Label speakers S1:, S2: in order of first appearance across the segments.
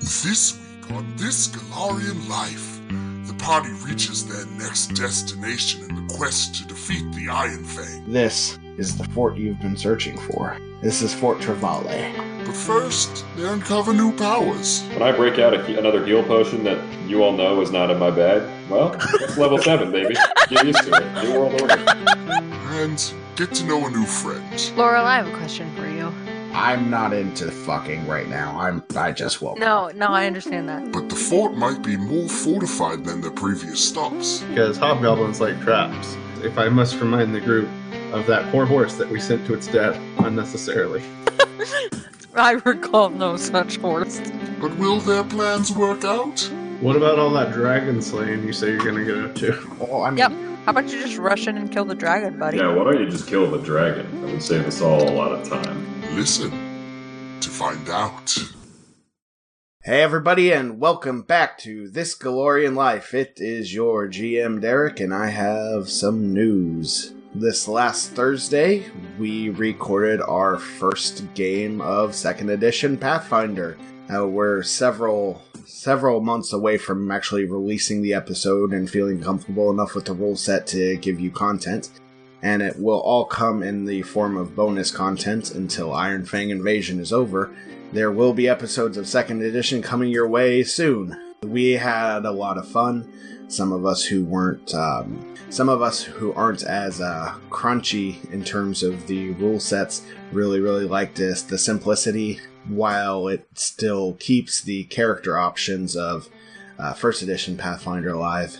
S1: This week on This Galarian Life, the party reaches their next destination in the quest to defeat the Iron Fang.
S2: This is the fort you've been searching for. This is Fort Travale.
S1: But first, they uncover new powers.
S3: When I break out a, another heal potion that you all know is not in my bag, well, that's level 7, baby. Get used to it. New World Order.
S1: and get to know a new friend.
S4: Laurel, I have a question for you.
S2: I'm not into the fucking right now. I'm I just woke up.
S4: No, no, I understand that.
S1: But the fort might be more fortified than their previous stops.
S5: because hobgoblins like traps. If I must remind the group of that poor horse that we sent to its death unnecessarily.
S4: I recall no such horse.
S1: But will their plans work out?
S5: What about all that dragon slaying you say you're gonna get up to?
S2: Well, I mean,
S4: Yep. How about you just rush in and kill the dragon, buddy?
S3: Yeah, why don't you just kill the dragon? That would save us all a lot of time.
S1: Listen to find out.
S2: Hey everybody and welcome back to This Galorian Life. It is your GM Derek and I have some news. This last Thursday, we recorded our first game of second edition Pathfinder. Uh, we're several several months away from actually releasing the episode and feeling comfortable enough with the rule set to give you content. And it will all come in the form of bonus content until Iron Fang Invasion is over, there will be episodes of Second Edition coming your way soon. We had a lot of fun. Some of us who weren't, um, some of us who aren't as uh, crunchy in terms of the rule sets, really, really liked this. The simplicity, while it still keeps the character options of uh, First Edition Pathfinder alive.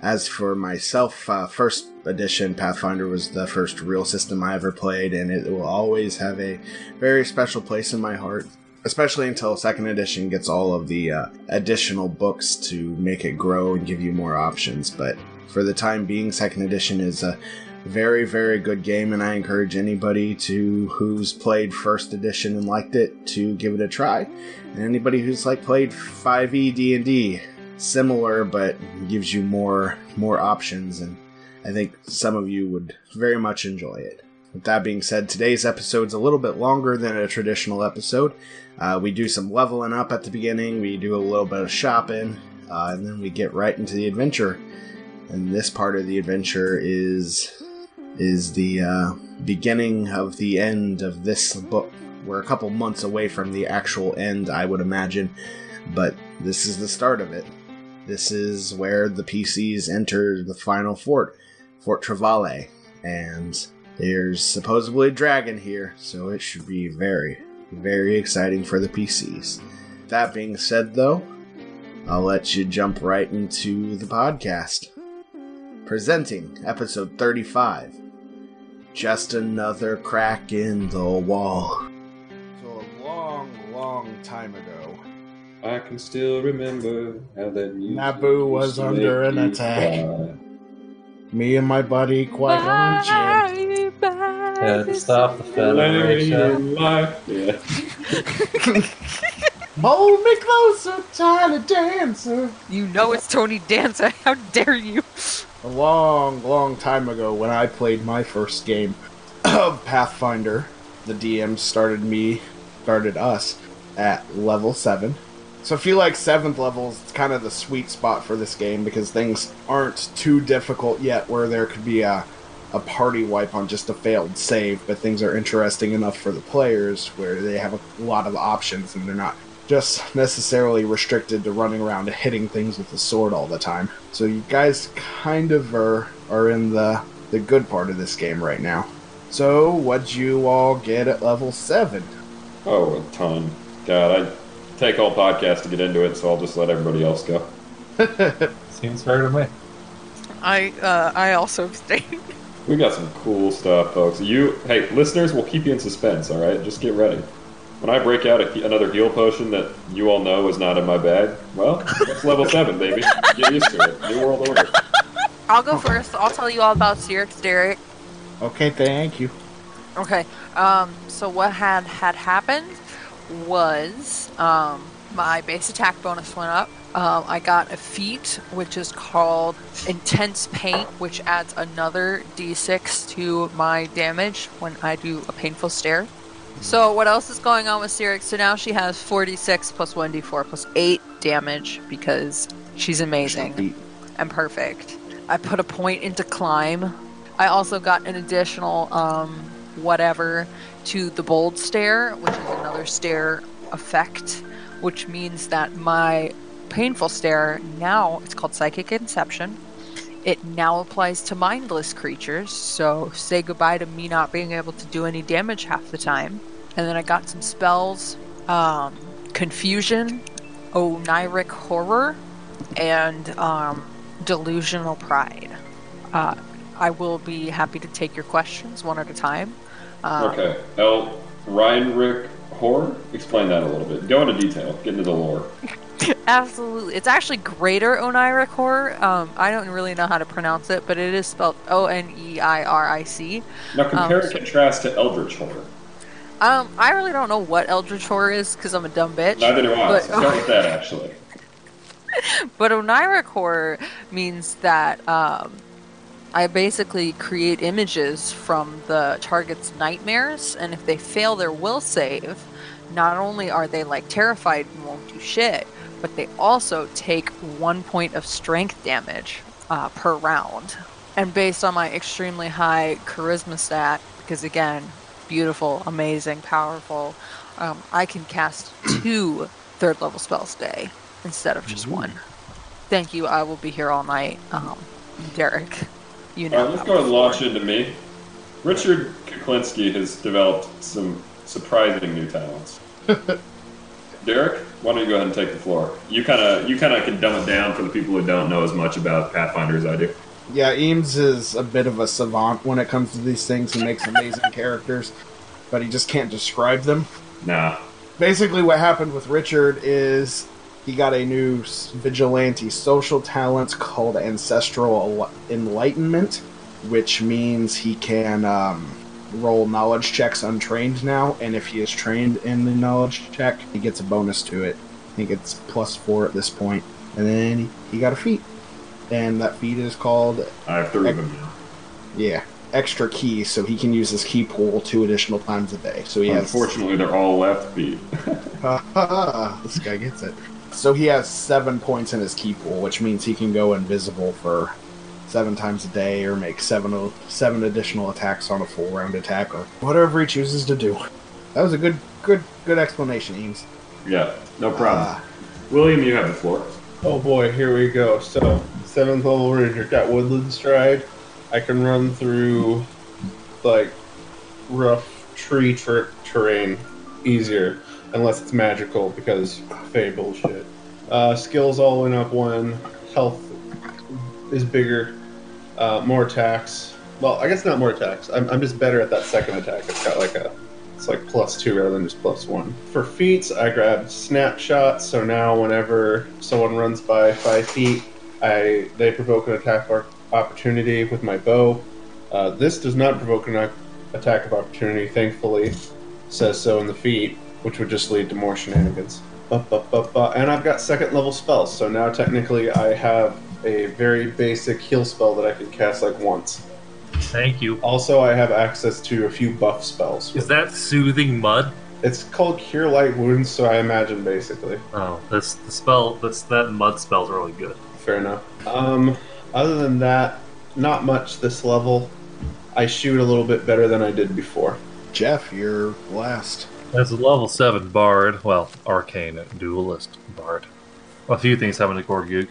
S2: As for myself, uh, First Edition Pathfinder was the first real system I ever played, and it will always have a very special place in my heart especially until second edition gets all of the uh, additional books to make it grow and give you more options but for the time being second edition is a very very good game and i encourage anybody to who's played first edition and liked it to give it a try and anybody who's like played E, 5e d&d similar but gives you more more options and i think some of you would very much enjoy it with that being said today's episode's a little bit longer than a traditional episode uh, we do some leveling up at the beginning, we do a little bit of shopping, uh, and then we get right into the adventure. And this part of the adventure is is the uh, beginning of the end of this book. We're a couple months away from the actual end, I would imagine, but this is the start of it. This is where the PCs enter the final fort, Fort Travale, and there's supposedly a dragon here, so it should be very, very exciting for the PCs. That being said, though, I'll let you jump right into the podcast. Presenting episode 35 Just Another Crack in the Wall. So, a long, long time ago,
S3: I can still remember how that music
S2: Naboo
S3: used
S2: was
S3: to
S2: under
S3: make
S2: an
S3: you
S2: attack.
S3: cry.
S2: me and my buddy Qui-Gon Jinn-
S4: Bye, bye.
S6: Yeah, to stop the Federation.
S3: Lady in life. Yeah.
S2: Hold me closer, tiny dancer.
S4: You know it's Tony Danza. How dare you?
S2: a long, long time ago when I played my first game of Pathfinder, the DM started me, started us at level 7. So I feel like 7th level is kind of the sweet spot for this game because things aren't too difficult yet where there could be a, a party wipe on just a failed save, but things are interesting enough for the players where they have a lot of options and they're not just necessarily restricted to running around and hitting things with the sword all the time. So you guys kind of are are in the the good part of this game right now. So what'd you all get at level seven?
S3: Oh, a ton. God, I take all podcasts to get into it, so I'll just let everybody else go.
S6: Seems fair to me.
S4: I uh, I also abstain.
S3: We got some cool stuff, folks. You, hey, listeners, we'll keep you in suspense. All right, just get ready. When I break out a, another heal potion that you all know is not in my bag, well, that's level seven, baby. Get used to it. New world order.
S4: I'll go first. I'll tell you all about Cyrix, Derek.
S2: Okay, thank you.
S4: Okay. Um, so what had had happened was um, my base attack bonus went up. Um, I got a feat which is called Intense Paint, which adds another d6 to my damage when I do a painful stare. So what else is going on with Sirix? So now she has 46 plus 1d4 plus 8 damage because she's amazing and perfect. I put a point into climb. I also got an additional um, whatever to the bold stare, which is another stare effect, which means that my painful stare now it's called psychic inception. It now applies to mindless creatures, so say goodbye to me not being able to do any damage half the time. And then I got some spells um, Confusion, Oniric Horror, and um, Delusional Pride. Uh, I will be happy to take your questions one at a time. Um,
S3: Okay. L. Reinrich Horror? Explain that a little bit. Go into detail. Get into the lore.
S4: Absolutely. It's actually greater Oniric horror. Um, I don't really know how to pronounce it, but it is spelled O N E I R I C.
S3: Now compare
S4: Um,
S3: and contrast to Eldritch Horror.
S4: Um, I really don't know what Eldritch horror is because I'm a dumb bitch.
S3: Neither do I.
S4: But-
S3: so start with that, actually.
S4: But Oniric horror means that um, I basically create images from the target's nightmares, and if they fail their will save, not only are they like terrified and won't do shit, but they also take one point of strength damage uh, per round. And based on my extremely high charisma stat, because again, beautiful, amazing, powerful, um, I can cast two third level spells a day instead of just one. Thank you. I will be here all night, um, Derek. You know.
S3: All right, let's
S4: that
S3: go ahead and
S4: before.
S3: launch into me. Richard Kuklinski has developed some surprising new talents. Derek, why don't you go ahead and take the floor? You kind of you kind of can dumb it down for the people who don't know as much about Pathfinder as I do.
S2: Yeah, Eames is a bit of a savant when it comes to these things. He makes amazing characters, but he just can't describe them.
S3: Nah,
S2: Basically, what happened with Richard is he got a new s- vigilante social talent called Ancestral Al- Enlightenment, which means he can um, roll knowledge checks untrained now, and if he is trained in the knowledge check, he gets a bonus to it. I think it's plus four at this point. And then he got a feat, and that feat is called
S3: I have three of them now.
S2: yeah, extra key, so he can use his key pool two additional times a day. So he has
S3: Unfortunately, they're all left feet.
S2: this guy gets it. So he has seven points in his key pool, which means he can go invisible for seven times a day, or make seven seven additional attacks on a full round attack, or whatever he chooses to do. That was a good good good explanation, Eames.
S3: Yeah, no problem.
S2: Ah.
S3: William, you have the floor.
S5: Oh boy, here we go. So, seventh level ranger got woodland stride. I can run through like rough tree ter- terrain easier, unless it's magical because fey bullshit. Uh, skills all went up one. Health is bigger. Uh, more attacks. Well, I guess not more attacks. I'm, I'm just better at that second attack. It's got like a it's like plus two rather than just plus one. For feats, I grabbed snapshots, so now whenever someone runs by five feet, I they provoke an attack or opportunity with my bow. Uh, this does not provoke an ac- attack of opportunity, thankfully. Says so in the feat, which would just lead to more shenanigans. Ba, ba, ba, ba. And I've got second level spells, so now technically I have a very basic heal spell that I can cast like once.
S7: Thank you.
S5: Also, I have access to a few buff spells.
S7: Is that soothing mud?
S5: It's called Cure Light Wounds, so I imagine basically.
S7: Oh, this the spell. This that mud spell's really good.
S5: Fair enough. Um, other than that, not much this level. I shoot a little bit better than I did before.
S2: Jeff, you're last.
S7: As a level seven bard, well, arcane duelist bard, a few things happen to Gorgug.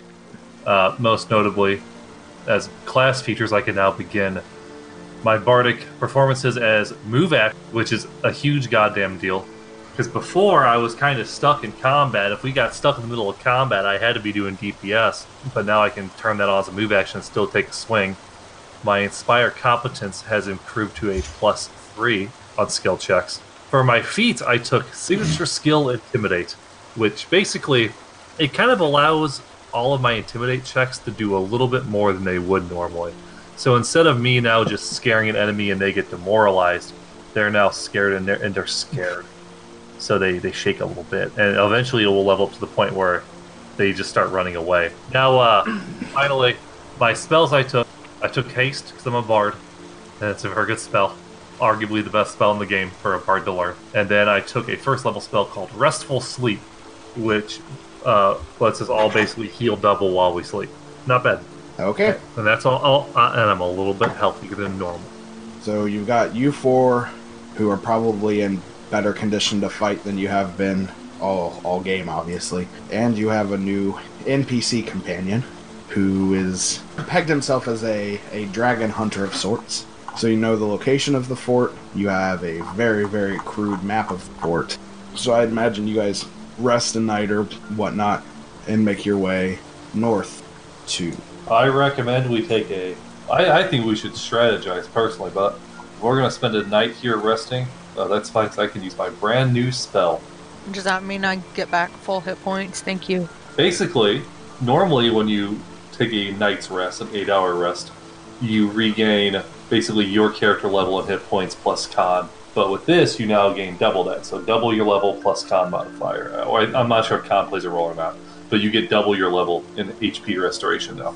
S7: Uh, most notably, as class features, I can now begin my bardic performances as move act, which is a huge goddamn deal. Because before I was kind of stuck in combat. If we got stuck in the middle of combat, I had to be doing DPS. But now I can turn that on as a move action and still take a swing. My inspire competence has improved to a plus three on skill checks. For my feat, I took signature skill intimidate, which basically it kind of allows all of my intimidate checks to do a little bit more than they would normally. So instead of me now just scaring an enemy and they get demoralized, they're now scared and they're and they're scared. So they, they shake a little bit, and eventually it will level up to the point where they just start running away. Now, uh, finally, my spells I took I took haste because I'm a bard, and it's a very good spell. arguably the best spell in the game for a bard to learn. And then I took a first level spell called Restful Sleep, which uh, lets us all basically heal double while we sleep. Not bad.
S2: Okay.
S7: And that's all. all uh, and I'm a little bit healthier than normal.
S2: So you've got you four, who are probably in better condition to fight than you have been all all game, obviously. And you have a new NPC companion, who is pegged himself as a a dragon hunter of sorts. So you know the location of the fort. You have a very very crude map of the fort. So I imagine you guys rest a night or whatnot, and make your way north to
S6: I recommend we take a. I, I think we should strategize personally, but if we're going to spend a night here resting, uh, that's fine. 'cause I can use my brand new spell.
S4: Does that mean I get back full hit points? Thank you.
S6: Basically, normally when you take a night's rest, an eight hour rest, you regain basically your character level and hit points plus con. But with this, you now gain double that. So double your level plus con modifier. Uh, Or I- I'm not sure if con plays a role or not, but you get double your level in HP restoration now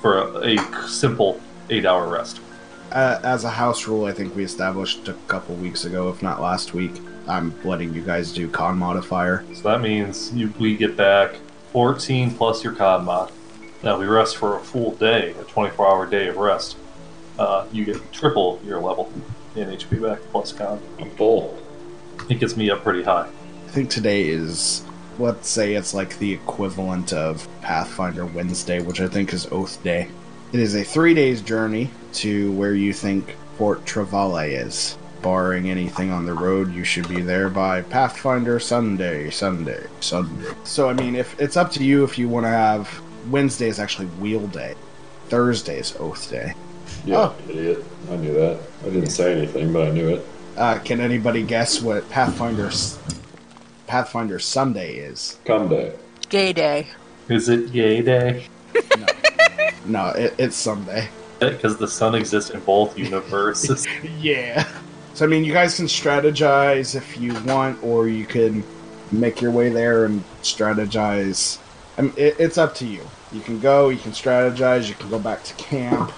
S6: for a, a simple eight hour rest.
S2: Uh, as a house rule, I think we established a couple weeks ago, if not last week. I'm letting you guys do con modifier.
S6: So that means you, we get back 14 plus your con mod. Now we rest for a full day, a 24 hour day of rest. Uh, you get triple your level in HP back plus con.
S3: I'm full.
S6: It gets me up pretty high.
S2: I think today is, let's say it's like the equivalent of Pathfinder Wednesday, which I think is Oath Day. It is a three days journey to where you think Fort Travale is. Barring anything on the road, you should be there by Pathfinder Sunday, Sunday, Sunday. So I mean, if it's up to you if you want to have Wednesday is actually Wheel Day, Thursday is Oath Day.
S3: Yeah, idiot. I knew that. I didn't say anything, but I knew it.
S2: Uh, can anybody guess what Pathfinder Pathfinder Sunday is?
S3: Come day.
S4: Gay day.
S6: Is it yay day?
S2: No, no, it, it's Sunday.
S6: Because the sun exists in both universes.
S2: Yeah. So I mean, you guys can strategize if you want, or you can make your way there and strategize. I mean, it, it's up to you. You can go. You can strategize. You can go back to camp,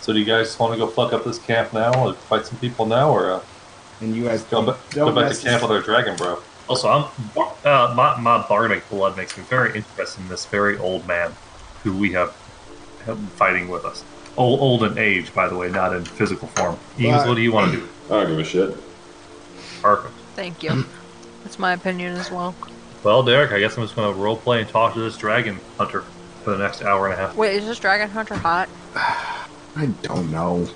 S6: so do you guys want to go fuck up this camp now and fight some people now, or uh,
S2: and you guys
S6: go,
S2: don't,
S6: ba- go
S2: don't
S6: back
S2: mess
S6: to camp
S2: this-
S6: with our dragon bro?
S7: Also, I'm uh, my my bardic blood makes me very interested in this very old man who we have have fighting with us. Old, old in age, by the way, not in physical form. Eames, what do you want to do?
S3: I don't give a shit.
S7: Perfect.
S4: Thank you. That's my opinion as well.
S7: Well, Derek, I guess I'm just going to role play and talk to this dragon hunter for the next hour and a half.
S4: Wait, is this Dragon Hunter hot?
S2: I don't know.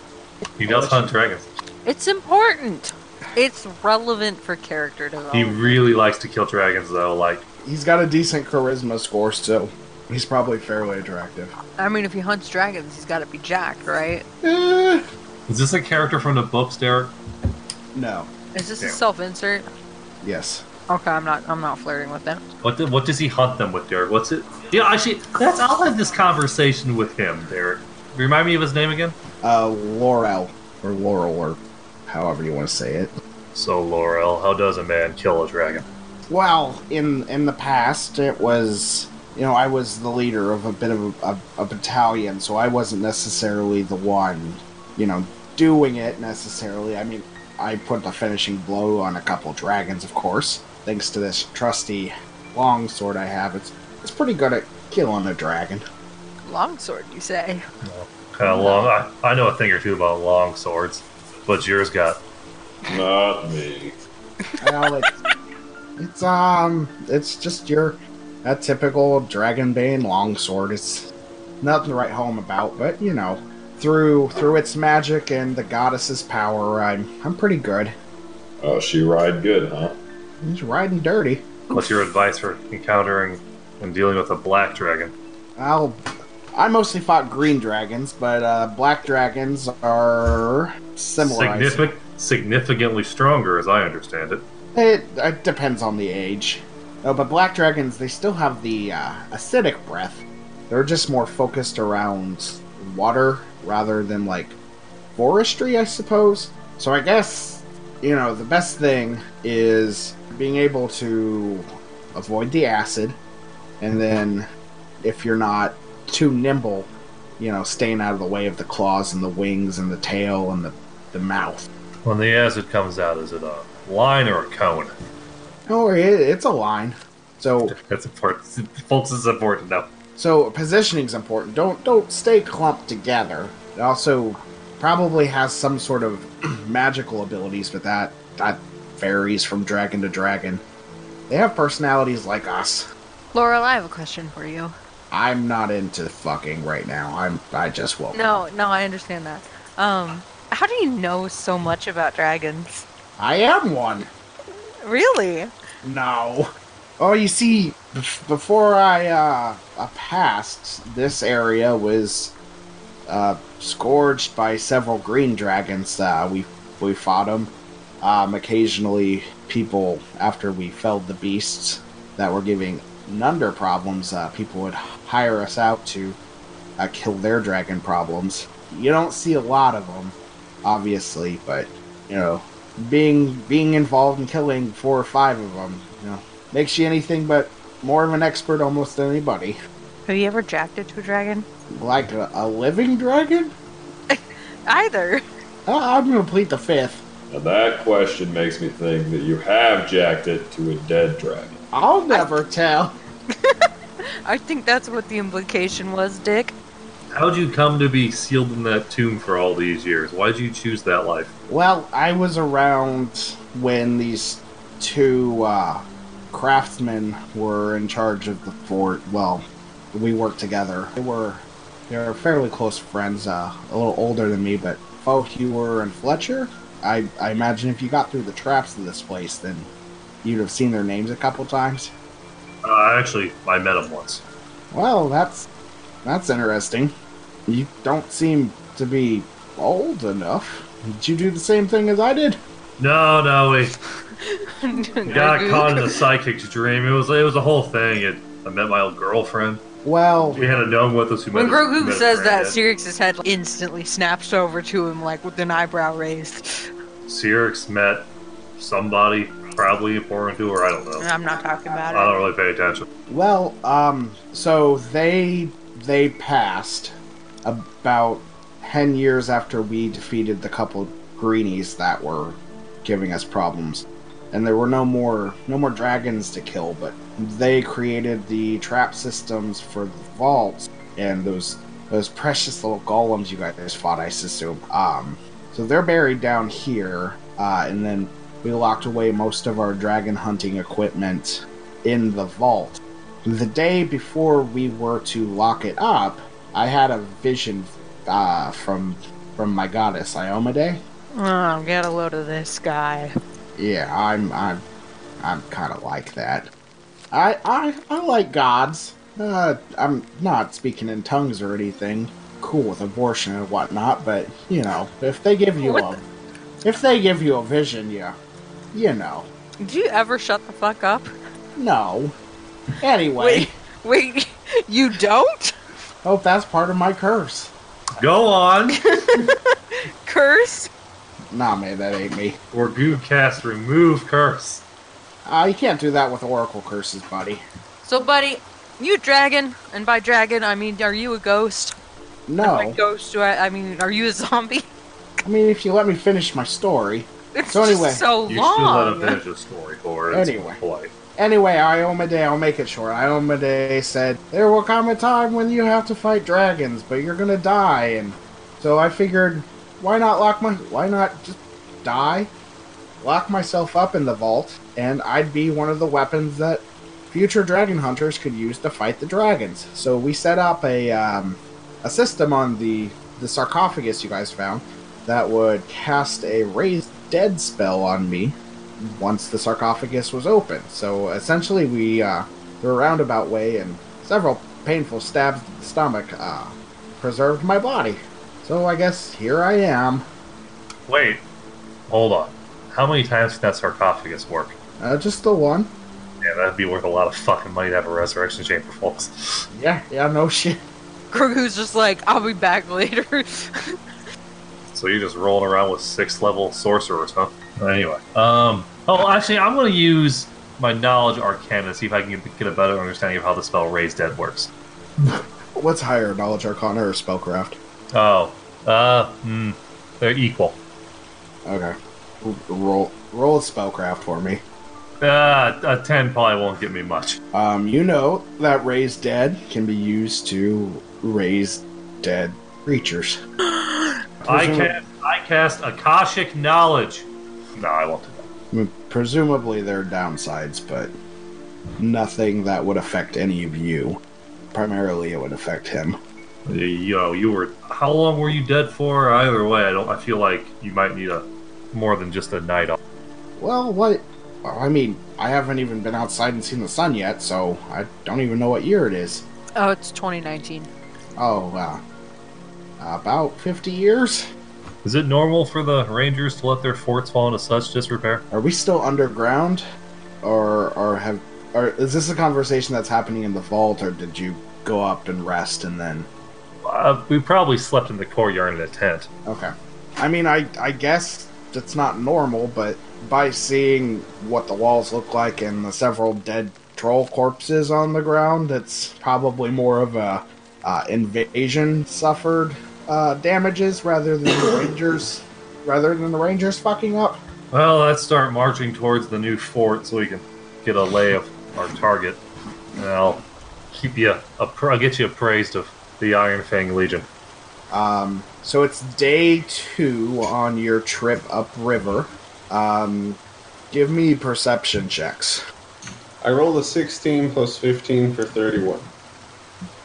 S7: He does hunt dragons.
S4: It's important. It's relevant for character
S7: He
S4: development.
S7: really likes to kill dragons, though. Like,
S2: He's got a decent charisma score, so he's probably fairly attractive.
S4: I mean, if he hunts dragons, he's got to be jacked, right?
S2: Eh,
S7: is this a character from the books, Derek?
S2: no.
S4: Is this
S7: Yeah.
S4: a self-insert?
S2: Yes.
S4: Okay, I'm not. I'm not flirting with him.
S7: What do, what does he hunt them with, Derek? What's it? Yeah, actually, that's I'll have this conversation with him, Derek. Remind me of his name again.
S2: Uh, Laurel, or Laurel, or however you want to say it.
S7: So, Laurel, how does a man kill a dragon?
S2: Well, in in the past, it was you know I was the leader of a bit of a, a, a battalion, so I wasn't necessarily the one you know doing it necessarily. I mean, I put the finishing blow on a couple dragons, of course, thanks to this trusty longsword I have. It's it's pretty good at killing a dragon.
S4: Longsword, you say?
S7: Kind of long. I, I know a thing or two about long swords, but yours got.
S3: Not me.
S2: well, it's, it's um, it's just your a typical dragonbane longsword. It's nothing to write home about, but you know, through through its magic and the goddess's power, I'm I'm pretty good.
S3: Oh, she ride good, huh?
S2: He's riding dirty.
S7: What's your advice for encountering and dealing with a black dragon?
S2: I'll. I mostly fought green dragons, but uh, black dragons are similar. I suppose.
S7: Signific- significantly stronger, as I understand it.
S2: It, it depends on the age. No, but black dragons, they still have the uh, acidic breath. They're just more focused around water rather than like forestry, I suppose. So I guess, you know, the best thing is being able to avoid the acid, and then if you're not too nimble, you know, staying out of the way of the claws and the wings and the tail and the, the mouth.
S7: When the acid comes out, is it a line or a cone?
S2: Don't worry, Oh, it, it's a line. So
S7: That's important. Folks, it's important to know.
S2: so positioning's important. Don't don't stay clumped together. It also probably has some sort of magical abilities, but that that varies from dragon to dragon. They have personalities like us.
S4: Laurel, I have a question for you.
S2: I'm not into fucking right now. I'm I just woke up.
S4: No, no, I understand that. Um, how do you know so much about dragons?
S2: I am one.
S4: Really?
S2: No. Oh, you see, bef- before I uh, uh, passed, this area was uh, scourged by several green dragons. Uh, we we fought them. Um, occasionally, people after we felled the beasts that were giving Nunder problems, uh, people would hire us out to uh, kill their dragon problems. You don't see a lot of them, obviously, but you know being being involved in killing four or five of them, you know, makes you anything but more of an expert almost than anybody.
S4: Have you ever jacked it to a dragon?
S2: Like a, a living dragon?
S4: Either.
S2: I, I'm gonna plead the fifth.
S3: Now that question makes me think that you have jacked it to a dead dragon.
S2: I'll never tell.
S4: I think that's what the implication was, Dick.
S7: How'd you come to be sealed in that tomb for all these years? Why'd you choose that life?
S2: Well, I was around when these two uh, craftsmen were in charge of the fort. Well, we worked together. They were they were fairly close friends, uh, a little older than me, but both Hewer and Fletcher. I, I imagine if you got through the traps of this place, then you'd have seen their names a couple times.
S7: Uh, actually, I met him once.
S2: Well, that's that's interesting. You don't seem to be old enough. Did you do the same thing as I did?
S7: No, no, we We got
S4: Gurgoog.
S7: caught in the psychic's dream. It was it was a whole thing. It, I met my old girlfriend.
S2: Well,
S7: We had a gnome with us who
S4: When
S7: met his- met
S4: Grogu
S7: his
S4: says that,
S7: granddad.
S4: Sirix's head instantly snaps over to him, like with an eyebrow raised.
S7: Sirix met somebody probably important to her. I don't know.
S4: I'm not talking
S7: I
S4: about it.
S7: don't really pay attention.
S2: Well, um, so they they passed about ten years after we defeated the couple greenies that were giving us problems, and there were no more no more dragons to kill. But they created the trap systems for the vaults and those those precious little golems you guys fought. I assume. Um, so they're buried down here, uh, and then we locked away most of our dragon hunting equipment in the vault the day before we were to lock it up, I had a vision uh, from from my goddess Iomade.
S4: Oh, get a load of this guy.
S2: Yeah, I'm I'm I'm kind of like that. I I I like gods. Uh, I'm not speaking in tongues or anything. Cool with abortion and whatnot, but you know, if they give you a
S4: What
S2: if they give you a vision, you you know,
S4: Did you ever shut the fuck up?
S2: no. Anyway,
S4: Wait, you don't?
S2: hope that's part of my curse.
S7: Go on.
S4: Curse?
S2: Nah, man, that ain't me.
S7: or cast remove curse.
S2: Uh, you can't do that with Oracle curses, buddy.
S4: So, buddy, you dragon, and by dragon I mean, are you a ghost? By
S2: No.
S4: ghost, do I, I mean, are you a zombie?
S2: I mean, if you let me finish my story.
S4: It's
S2: So anyway,
S4: just so
S7: You should let
S4: long.
S7: him finish the story, or it's
S2: Anyway.
S7: polite.
S2: Anyway, Iomade, I'll make it short. Iomade said, There will come a time when you have to fight dragons, but you're gonna die. And so I figured, why not lock my. Why not just die? Lock myself up in the vault, and I'd be one of the weapons that future dragon hunters could use to fight the dragons. So we set up a, um, a system on the, the sarcophagus you guys found that would cast a raised dead spell on me once the sarcophagus was open. So essentially, we uh, through a roundabout way and several painful stabs to the stomach uh, preserved my body. So I guess here I am.
S7: Wait, hold on. How many times can that sarcophagus work?
S2: Uh, just the one.
S7: Yeah, that'd be worth a lot of fucking money to have a resurrection chamber, folks.
S2: Yeah, yeah, no shit.
S4: Grogu's just like, I'll be back later.
S7: So you're just rolling around with sixth level sorcerers, huh? Anyway, um, oh, actually, I'm gonna use my knowledge arcana to see if I can get a better understanding of how the spell raise dead works.
S2: What's higher, knowledge arcana or spellcraft?
S7: Oh, uh, hmm, they're equal.
S2: Okay. Roll roll a spellcraft for me.
S7: Uh, a 10 probably won't get me much.
S2: Um, you know that raise dead can be used to raise dead creatures.
S7: I cast, I cast Akashic Knowledge. No, I won't do that.
S2: I mean, presumably there are downsides, but nothing that would affect any of you. Primarily, it would affect him.
S7: Yo, you were. How long were you dead for? Either way, I don't. I feel like you might need a more than just a night off.
S2: Well, what? Well, I mean, I haven't even been outside and seen the sun yet, so I don't even know what year it is.
S4: Oh, it's 2019.
S2: Oh, uh, about 50 years?
S7: Is it normal for the Rangers to let their forts fall into such disrepair?
S2: Are we still underground? Or, or have. Or is this a conversation that's happening in the vault, or did you go up and rest and then.
S7: Uh, we probably slept in the courtyard in a tent.
S2: Okay. I mean, I, I guess that's not normal, but by seeing what the walls look like and the several dead troll corpses on the ground, it's probably more of a uh, invasion suffered uh, damages rather than the rangers rather than the rangers fucking up.
S7: Well, let's start marching towards the new fort so we can get a lay of our target. And I'll keep you. Appra- I'll get you appraised of the Iron Fang Legion.
S2: Um, so it's day two on your trip upriver. Um, give me perception checks.
S5: I rolled a 16 plus 15 for 31.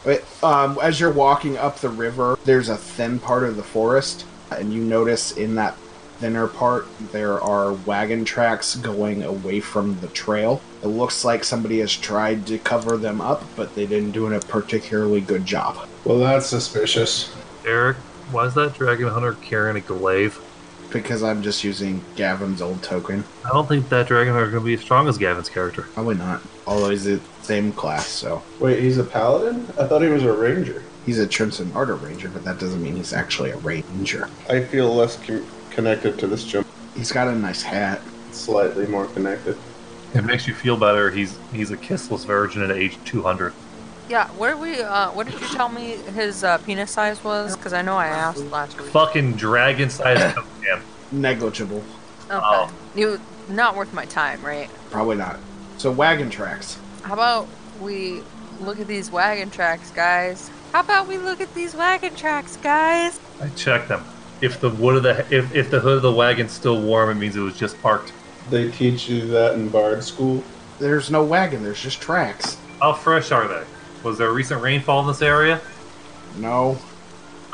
S2: But um, as you're walking up the river, there's a thin part of the forest, and you notice in that thinner part there are wagon tracks going away from the trail. It looks like somebody has tried to cover them up, but they didn't do a particularly good job.
S5: Well, that's suspicious.
S7: Eric, why is that dragon hunter carrying a glaive?
S2: Because I'm just using Gavin's old token.
S7: I don't think that dragon hunter is going to be as strong as Gavin's character.
S2: Probably not. Although he's the same class, so
S5: Wait, he's a paladin? I thought he was a ranger.
S2: he's a Crimson Ardor Ranger, but that doesn't mean he's actually a ranger.
S5: I feel less con- connected to this jump.
S2: He's got a nice hat.
S5: Slightly more connected.
S7: It makes you feel better. He's he's a kissless virgin at age 200.
S4: Yeah, what did we? Uh, what did you tell me his uh, penis size was? Because I know I asked last week.
S7: Fucking dragon sized man.
S2: Negligible.
S4: Okay.
S7: Oh.
S4: You not worth my time, right?
S2: Probably not. So wagon tracks.
S4: How about we look at these wagon tracks, guys? How about we look at these wagon tracks, guys?
S7: I checked them. If the wood of the if, if the hood of the wagon's still warm, it means it was just parked.
S5: They teach you that in bard school.
S2: There's no wagon, there's just tracks.
S7: How fresh are they? Was there recent rainfall in this area?
S2: No,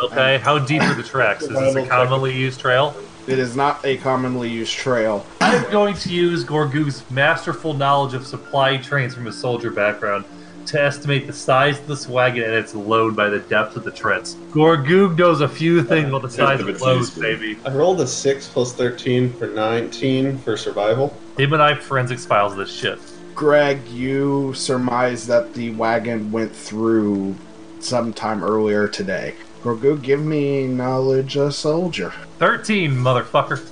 S7: Okay. How deep are the tracks? Is this a commonly used trail?
S2: it is not a commonly used trail.
S7: I'm going to use Gorgu's masterful knowledge of supply trains from his soldier background to estimate the size of this wagon and its load by the depth of the treads. Gorgug knows a few things about the size of
S3: it's
S7: loads,
S3: useful.
S7: baby.
S5: I rolled a 6 plus 13 for 19 for survival.
S7: Him and I forensics files this shit.
S2: Greg, you surmise that the wagon went through sometime earlier today. Grogu, give me knowledge of soldier.
S7: 13, motherfucker.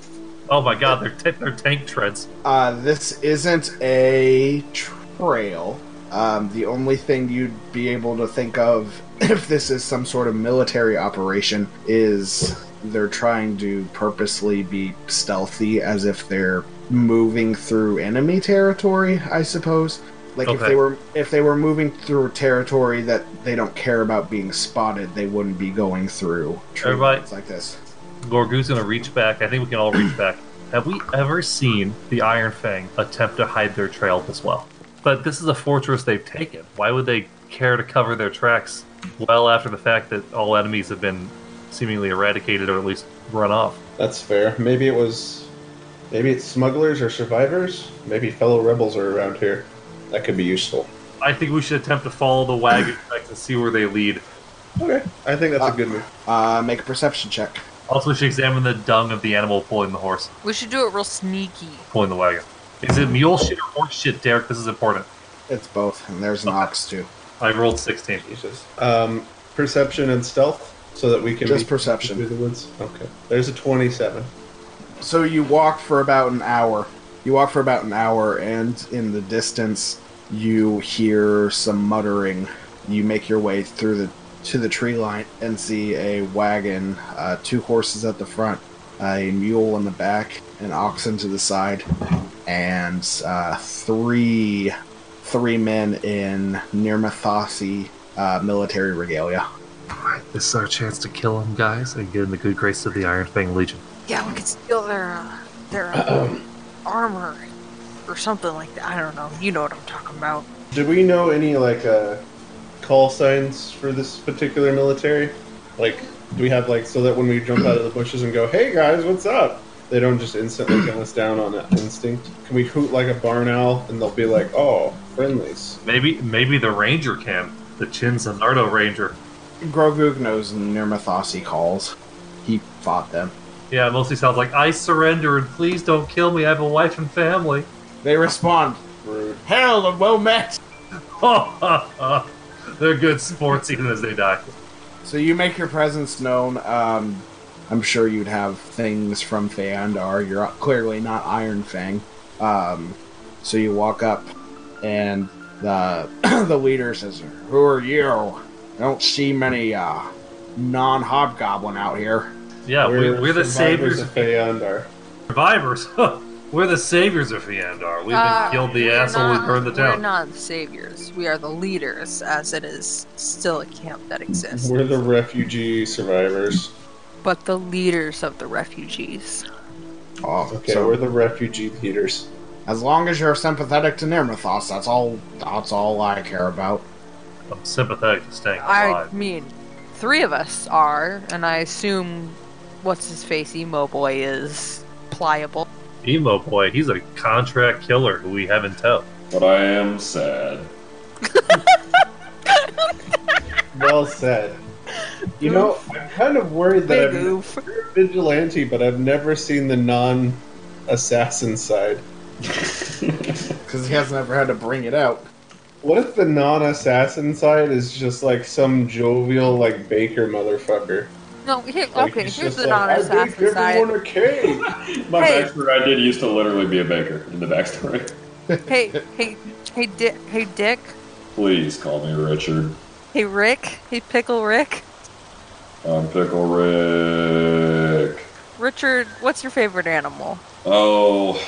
S7: Oh my god, they're, t- they're tank treads.
S2: Uh, this isn't a trail. Um, the only thing you'd be able to think of if this is some sort of military operation is they're trying to purposely be stealthy as if they're moving through enemy territory, I suppose. Like if
S7: Okay.
S2: they were if they were moving through territory that they don't care about being spotted, they wouldn't be going through tree
S7: Everybody-
S2: lines like this.
S7: Gorgu's gonna reach back. I think we can all reach back. Have we ever seen the Iron Fang attempt to hide their trail this well? But this is a fortress they've taken. Why would they care to cover their tracks well after the fact that all enemies have been seemingly eradicated or at least run off?
S5: That's fair. Maybe it was. Maybe it's smugglers or survivors. Maybe fellow rebels are around here. That could be useful.
S7: I think we should attempt to follow the wagon tracks and see where they lead.
S5: Okay, I think that's a good move.
S2: Uh, make a perception check.
S7: Also, we should examine the dung of the animal pulling the horse,
S4: We should do it real sneaky.
S7: pulling the wagon. Is it mule shit or horse shit, Derek? This is important.
S2: It's both, and there's an ox too.
S7: I rolled 16.
S5: Jesus. Um, perception and stealth, so that we can
S2: Just
S5: be-
S2: perception.
S5: through the woods. Okay. There's a twenty-seven.
S2: So you walk for about an hour. You walk for about an hour, and in the distance, you hear some muttering. You make your way through the to the tree line and see a wagon, uh, two horses at the front, a mule on the back, an oxen to the side, and uh, three three men in Nirmathasi uh, military regalia.
S7: This is our chance to kill him, guys, and get in the good grace of the Iron Fang Legion.
S4: Yeah, we could steal their uh, their uh, armor or something like that. I don't know. You know what I'm talking about.
S5: Do we know any like uh, call signs for this particular military? Like, do we have like so that when we jump out of the bushes and go, "Hey guys, what's up?" They don't just instantly gun us down on that instinct. Can we hoot like a barn owl and they'll be like, "Oh, friendlies."
S7: Maybe, maybe the Ranger can. The Chin's a Nardo Ranger.
S2: Grogu knows Nirmathasi calls. He fought them.
S7: Yeah, it mostly sounds like I surrendered. Please don't kill me. I have a wife and family.
S2: They respond,
S5: Rude.
S2: "Hell and well met."
S7: They're good sports even as they die.
S2: So you make your presence known. Um, I'm sure you'd have things from Feandar. You're clearly not Iron Fang. Um, so you walk up, and the the leader says, "Who are you? I don't see many uh, non Hobgoblin out here."
S7: Yeah, we're, we're, the saviors
S5: of
S7: of
S5: Feyandar.
S7: survivors. we're the saviors of Fiandar. We've
S4: Uh,
S7: been killed the
S4: we're
S7: asshole
S4: not-
S7: who burned the
S4: We're
S7: town.
S4: not the saviors. We are the leaders, as it is still a camp that exists.
S5: We're the refugee survivors.
S4: But the leaders of the refugees.
S2: Oh,
S5: Okay,
S2: so
S5: we're the refugee leaders.
S2: as long as you're sympathetic to Nirmathos, that's all. That's all I care about.
S7: I'm sympathetic to staying
S4: I
S7: alive.
S4: mean, three of us are, and I assume what's his face emo boy is pliable.
S7: Emo boy, he's a contract killer who we have in tow.
S3: But I am sad.
S5: Well said. You know, I'm kind of worried that
S4: Big
S5: I've
S4: oof.
S5: vigilante, but I've never seen the non-assassin side.
S2: Because he has never had to bring it out.
S5: What if the non-assassin side is just like some jovial like baker motherfucker?
S4: No, here,
S5: Like,
S4: okay,
S5: he's
S4: here's
S5: just
S4: the
S5: like,
S4: non assassin
S5: I
S4: side.
S5: baked everyone a cake.
S3: My
S4: Hey.
S3: backstory, I did used to literally be a baker in the backstory.
S4: Hey, hey, hey, Dick, hey, Dick,
S3: Please call me Richard.
S4: hey, Rick, hey, Pickle Rick.
S3: I'm Pickle Rick.
S4: Richard, what's your favorite animal?
S3: Oh,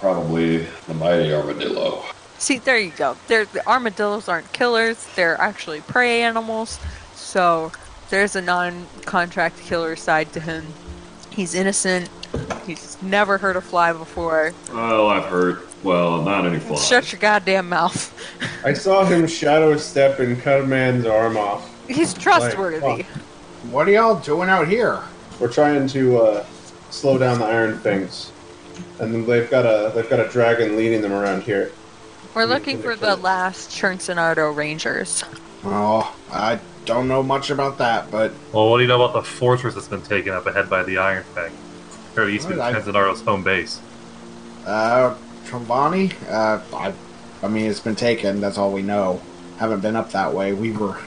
S3: probably the mighty armadillo.
S4: See, there you go. They're, the armadillos aren't killers, they're actually prey animals. So there's a non contract killer side to him. He's innocent, he's never heard a fly before.
S3: Well, I've heard. Well, not any flies.
S4: Shut your goddamn mouth.
S5: I saw him shadow step and cut a man's arm off.
S4: He's trustworthy.
S2: What are y'all doing out here?
S5: We're trying to uh, slow down the Iron Things, and then they've got a they've got a dragon leading them around here.
S4: We're
S5: Yeah,
S4: looking for the
S5: okay.
S4: last Chernsinardo Rangers.
S2: Oh, I don't know much about that, but
S7: Well, what do you know about the fortress that's been taken up ahead by the Iron Fang? Or it used to be
S2: Alright.
S7: Tenzinaro's home base.
S2: Uh, Trelawney? Uh, I, I mean, it's been taken. That's all we know. Haven't been up that way. We were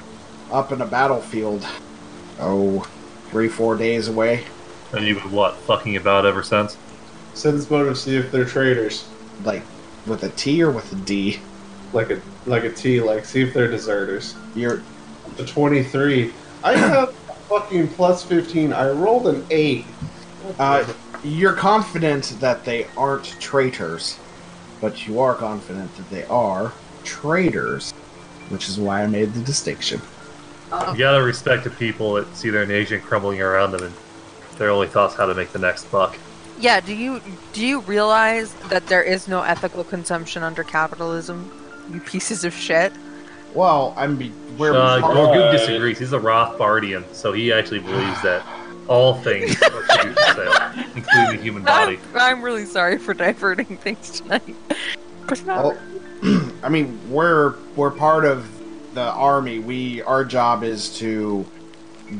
S2: up in a battlefield. Oh, three, four days away.
S7: And you've been what, fucking about ever since?
S5: Send this boat to see if they're traitors,
S2: Like, with a T or with a D?
S5: like a like a T, like see if they're deserters.
S2: You're.
S5: The twenty three. I have a fucking plus fifteen. I rolled an eight.
S2: Uh, you're confident that they aren't traitors, but you are confident that they are traitors, which is why I made the distinction.
S7: You gotta respect the people that see their nation crumbling around them and their only thoughts how to make the next buck.
S4: Yeah, do you do you realize that there is no ethical consumption under capitalism? You pieces of shit.
S2: Well, I'm. Be- we're
S7: Uh,
S3: Alright.
S7: Gorgoog disagrees. He's a Rothbardian, so he actually believes that all things are produced for sale, including the human body.
S4: I'm, I'm really sorry for diverting things tonight. But not
S2: Well, I mean, we're we're part of the army. We our job is to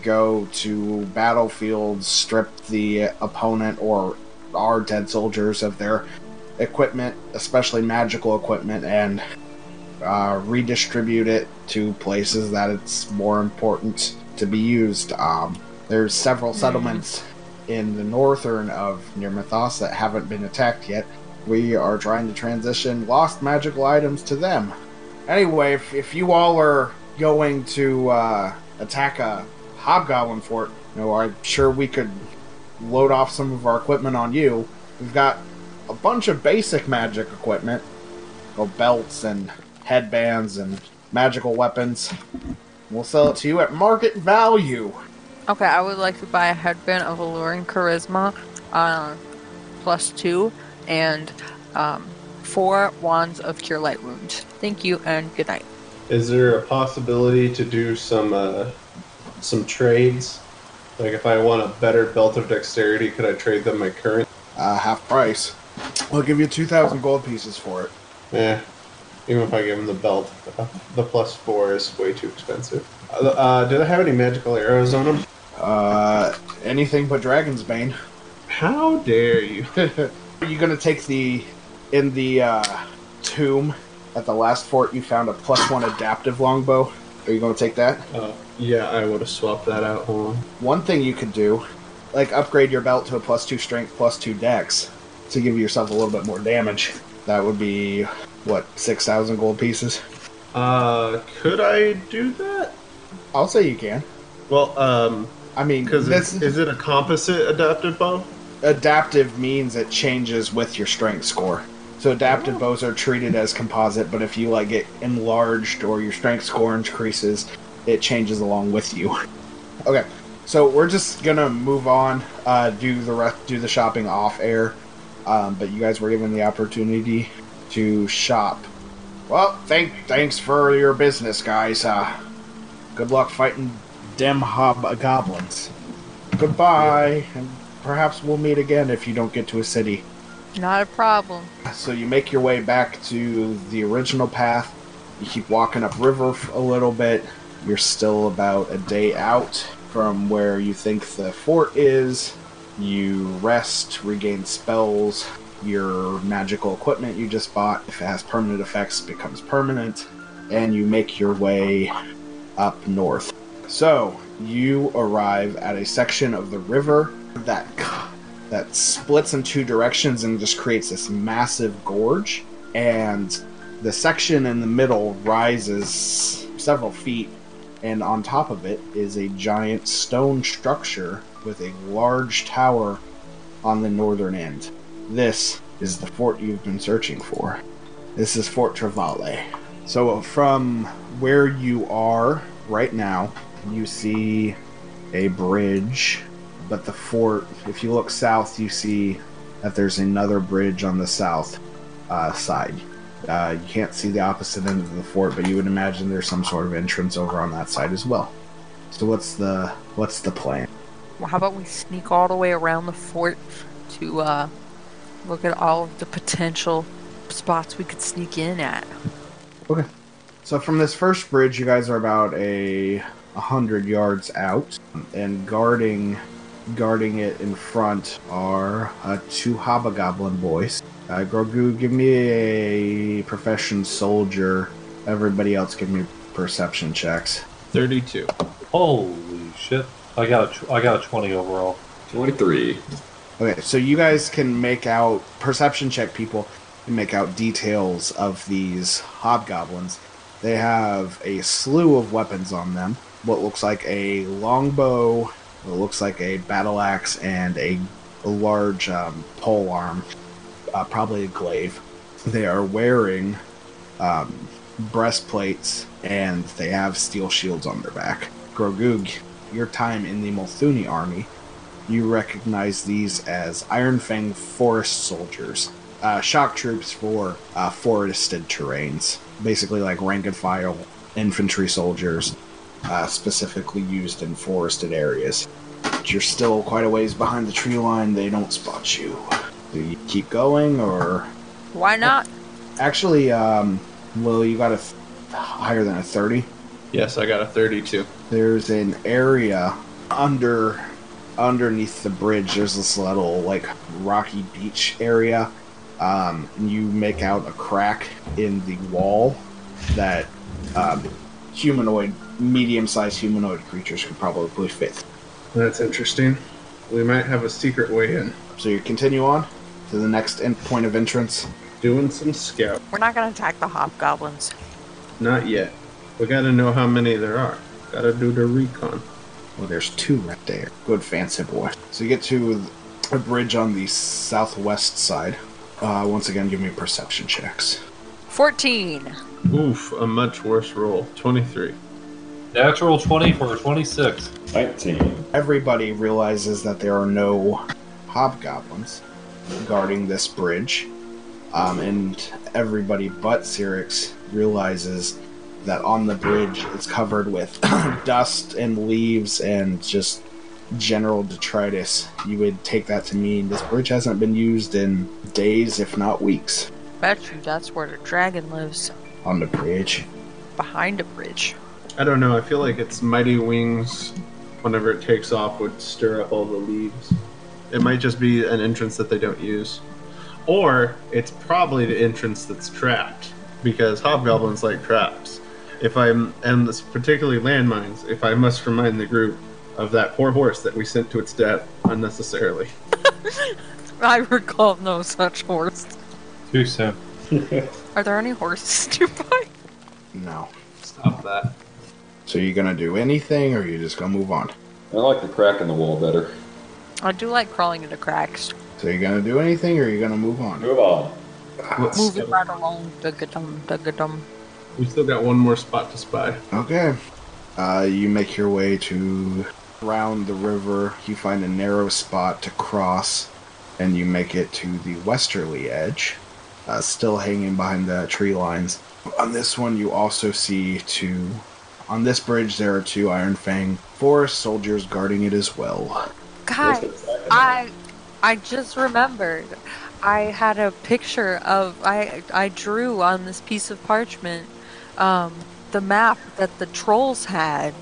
S2: go to battlefields, strip the opponent or our dead soldiers of their equipment, especially magical equipment, and uh, redistribute it to places that it's more important to be used. Um, there's several settlements in the northern of Nirmathos that haven't been attacked yet. We are trying to transition lost magical items to them. Anyway, if, if you all are going to uh, attack a hobgoblin fort, you know, I'm sure we could load off some of our equipment on you. We've got a bunch of basic magic equipment, oh, belts and headbands and magical weapons. We'll sell it to you at market value.
S4: Okay, I would like to buy a headband of alluring charisma, uh, plus two, and um, four wands of cure light wounds. Thank you and good night.
S5: Is there a possibility to do some uh, some trades? Like if I want a better belt of dexterity, could I trade them my current?
S2: Uh, half price. We'll give you 2,000 gold pieces for it.
S5: Yeah. Eh, Even if I give them the belt, uh, the plus four is way too expensive. Uh, uh, do they have any magical arrows on them?
S2: Uh, anything but Dragon's Bane.
S5: How dare you?
S2: Are you gonna take the in the uh, tomb at the last fort? You found a plus one adaptive longbow. Are you gonna take that?
S5: Uh, yeah, I would have swapped that out. Hold on.
S2: One thing you could do, like upgrade your belt to a plus two strength, plus two dex, to give yourself a little bit more damage. That would be what six thousand gold pieces.
S5: Uh, could I do that?
S2: I'll say you can.
S5: Well, um,
S2: I mean,
S5: because
S2: this
S5: is it a composite adaptive bow?
S2: adaptive means it changes with your strength score. So adaptive bows are treated as composite, but if you like get enlarged or your strength score increases, it changes along with you. Okay, so we're just gonna move on, uh, do the rest, do the shopping off air. Um, but you guys were given the opportunity to shop. Well, thank thanks for your business, guys. Uh, good luck fighting dem hob uh, goblins. Goodbye, and perhaps we'll meet again if you don't get to a city.
S4: Not a problem.
S2: So you make your way back to the original path. You keep walking up river f- a little bit. You're still about a day out from where you think the fort is. You rest, regain spells. Your magical equipment you just bought, if it has permanent effects, becomes permanent. And you make your way up north. So you arrive at a section of the river that that splits in two directions and just creates this massive gorge. And the section in the middle rises several feet, and on top of it is a giant stone structure with a large tower on the northern end. This is the fort you've been searching for. This is Fort Travale. So, from where you are right now, you see a bridge but the fort if you look south you see that there's another bridge on the south uh, side uh, you can't see the opposite end of the fort but you would imagine there's some sort of entrance over on that side as well so what's the what's the plan
S4: Well, how about we sneak all the way around the fort to uh, look at all of the potential spots we could sneak in at?
S2: So from this first bridge, you guys are about a a hundred yards out, and guarding guarding it in front are uh, two hobgoblin boys. Uh, Grogu, give me a profession soldier. Everybody else, give me perception checks.
S5: Thirty-two.
S6: Holy shit! I got a tw- I got a twenty overall.
S3: 23.
S2: Okay, so you guys can make out perception check people and make out details of these hobgoblins. They have a slew of weapons on them. What looks like a longbow, what looks like a battle axe, and a, a large um, pole arm, uh, probably a glaive. They are wearing um, breastplates and they have steel shields on their back. Grogug, your time in the Multhuni army you recognize these as Iron Fang forest soldiers, uh, shock troops for uh, forested terrains, basically like rank and file infantry soldiers, uh, specifically used in forested areas. But you're still quite a ways behind the tree line; they don't spot you. Do you keep going, or
S4: Why not?
S2: actually, um, Will, you got a th- higher than a thirty?
S5: Yes, I got a thirty-two.
S2: there's an area under underneath the bridge there's this little like rocky beach area um, and you make out a crack in the wall that um, humanoid medium-sized humanoid creatures could probably fit
S5: That's interesting. We might have a secret way in.
S2: so you continue on to the next end point of entrance
S5: Doing some scout.
S4: We're not gonna attack the hobgoblins.
S5: Not yet. We gotta know how many there are. Gotta do the recon.
S2: Well, there's two right there. Good fancy boy. So you get to a bridge on the southwest side. Uh, once again, give me perception checks.
S4: 14.
S5: Oof, a much worse roll. 23.
S6: Natural 20 for 26.
S3: 19.
S2: Everybody realizes that there are no hobgoblins guarding this bridge, um, and everybody but Cyrix realizes that on the bridge it's covered with dust and leaves and just general detritus. You would take that to mean this bridge hasn't been used in days, if not weeks,
S4: Bet you that's where the dragon lives.
S2: on the bridge.
S4: Behind a bridge.
S5: I don't know. I feel like its mighty wings, whenever it takes off, would stir up all the leaves. It might just be an entrance that they don't use. Or it's probably the entrance that's trapped, because hobgoblins like traps. If I'm, and this particularly landmines, if I must remind the group of that poor horse that we sent to its death unnecessarily.
S4: I recall no such horse.
S6: Too soon.
S4: Are there any horses nearby?
S2: No.
S5: Stop that.
S2: So you gonna do anything, or you just gonna move on?
S3: I like the crack in the wall better.
S4: I do like crawling into cracks.
S2: So you gonna do anything, or you gonna move on?
S3: Move on.
S5: Let's-
S4: Moving right along. Dug-a-dum, dug-a-dum.
S5: We still got one more spot to spy.
S2: Okay. Uh, you make your way to round the river. You find a narrow spot to cross, and you make it to the westerly edge, uh, still hanging behind the tree lines. On this one, you also see two. On this bridge, there are two Iron Fang forest soldiers guarding it as well.
S4: Guys, I I just remembered. I had a picture of I I drew on this piece of parchment um, the map that the trolls had,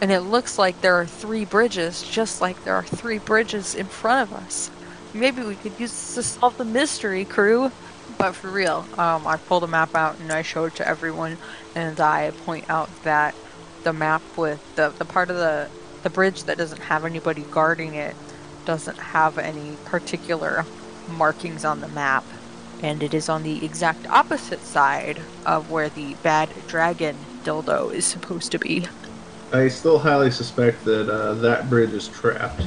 S4: and it looks like there are three bridges, just like there are three bridges in front of us. Maybe we could use this to solve the mystery, crew. But for real, um, I pulled a map out and I showed it to everyone, and I point out that the map with the, the part of the the bridge that doesn't have anybody guarding it doesn't have any particular markings on the map, and it is on the exact opposite side of where the bad dragon dildo is supposed to be.
S5: I still highly suspect that uh, that bridge is trapped.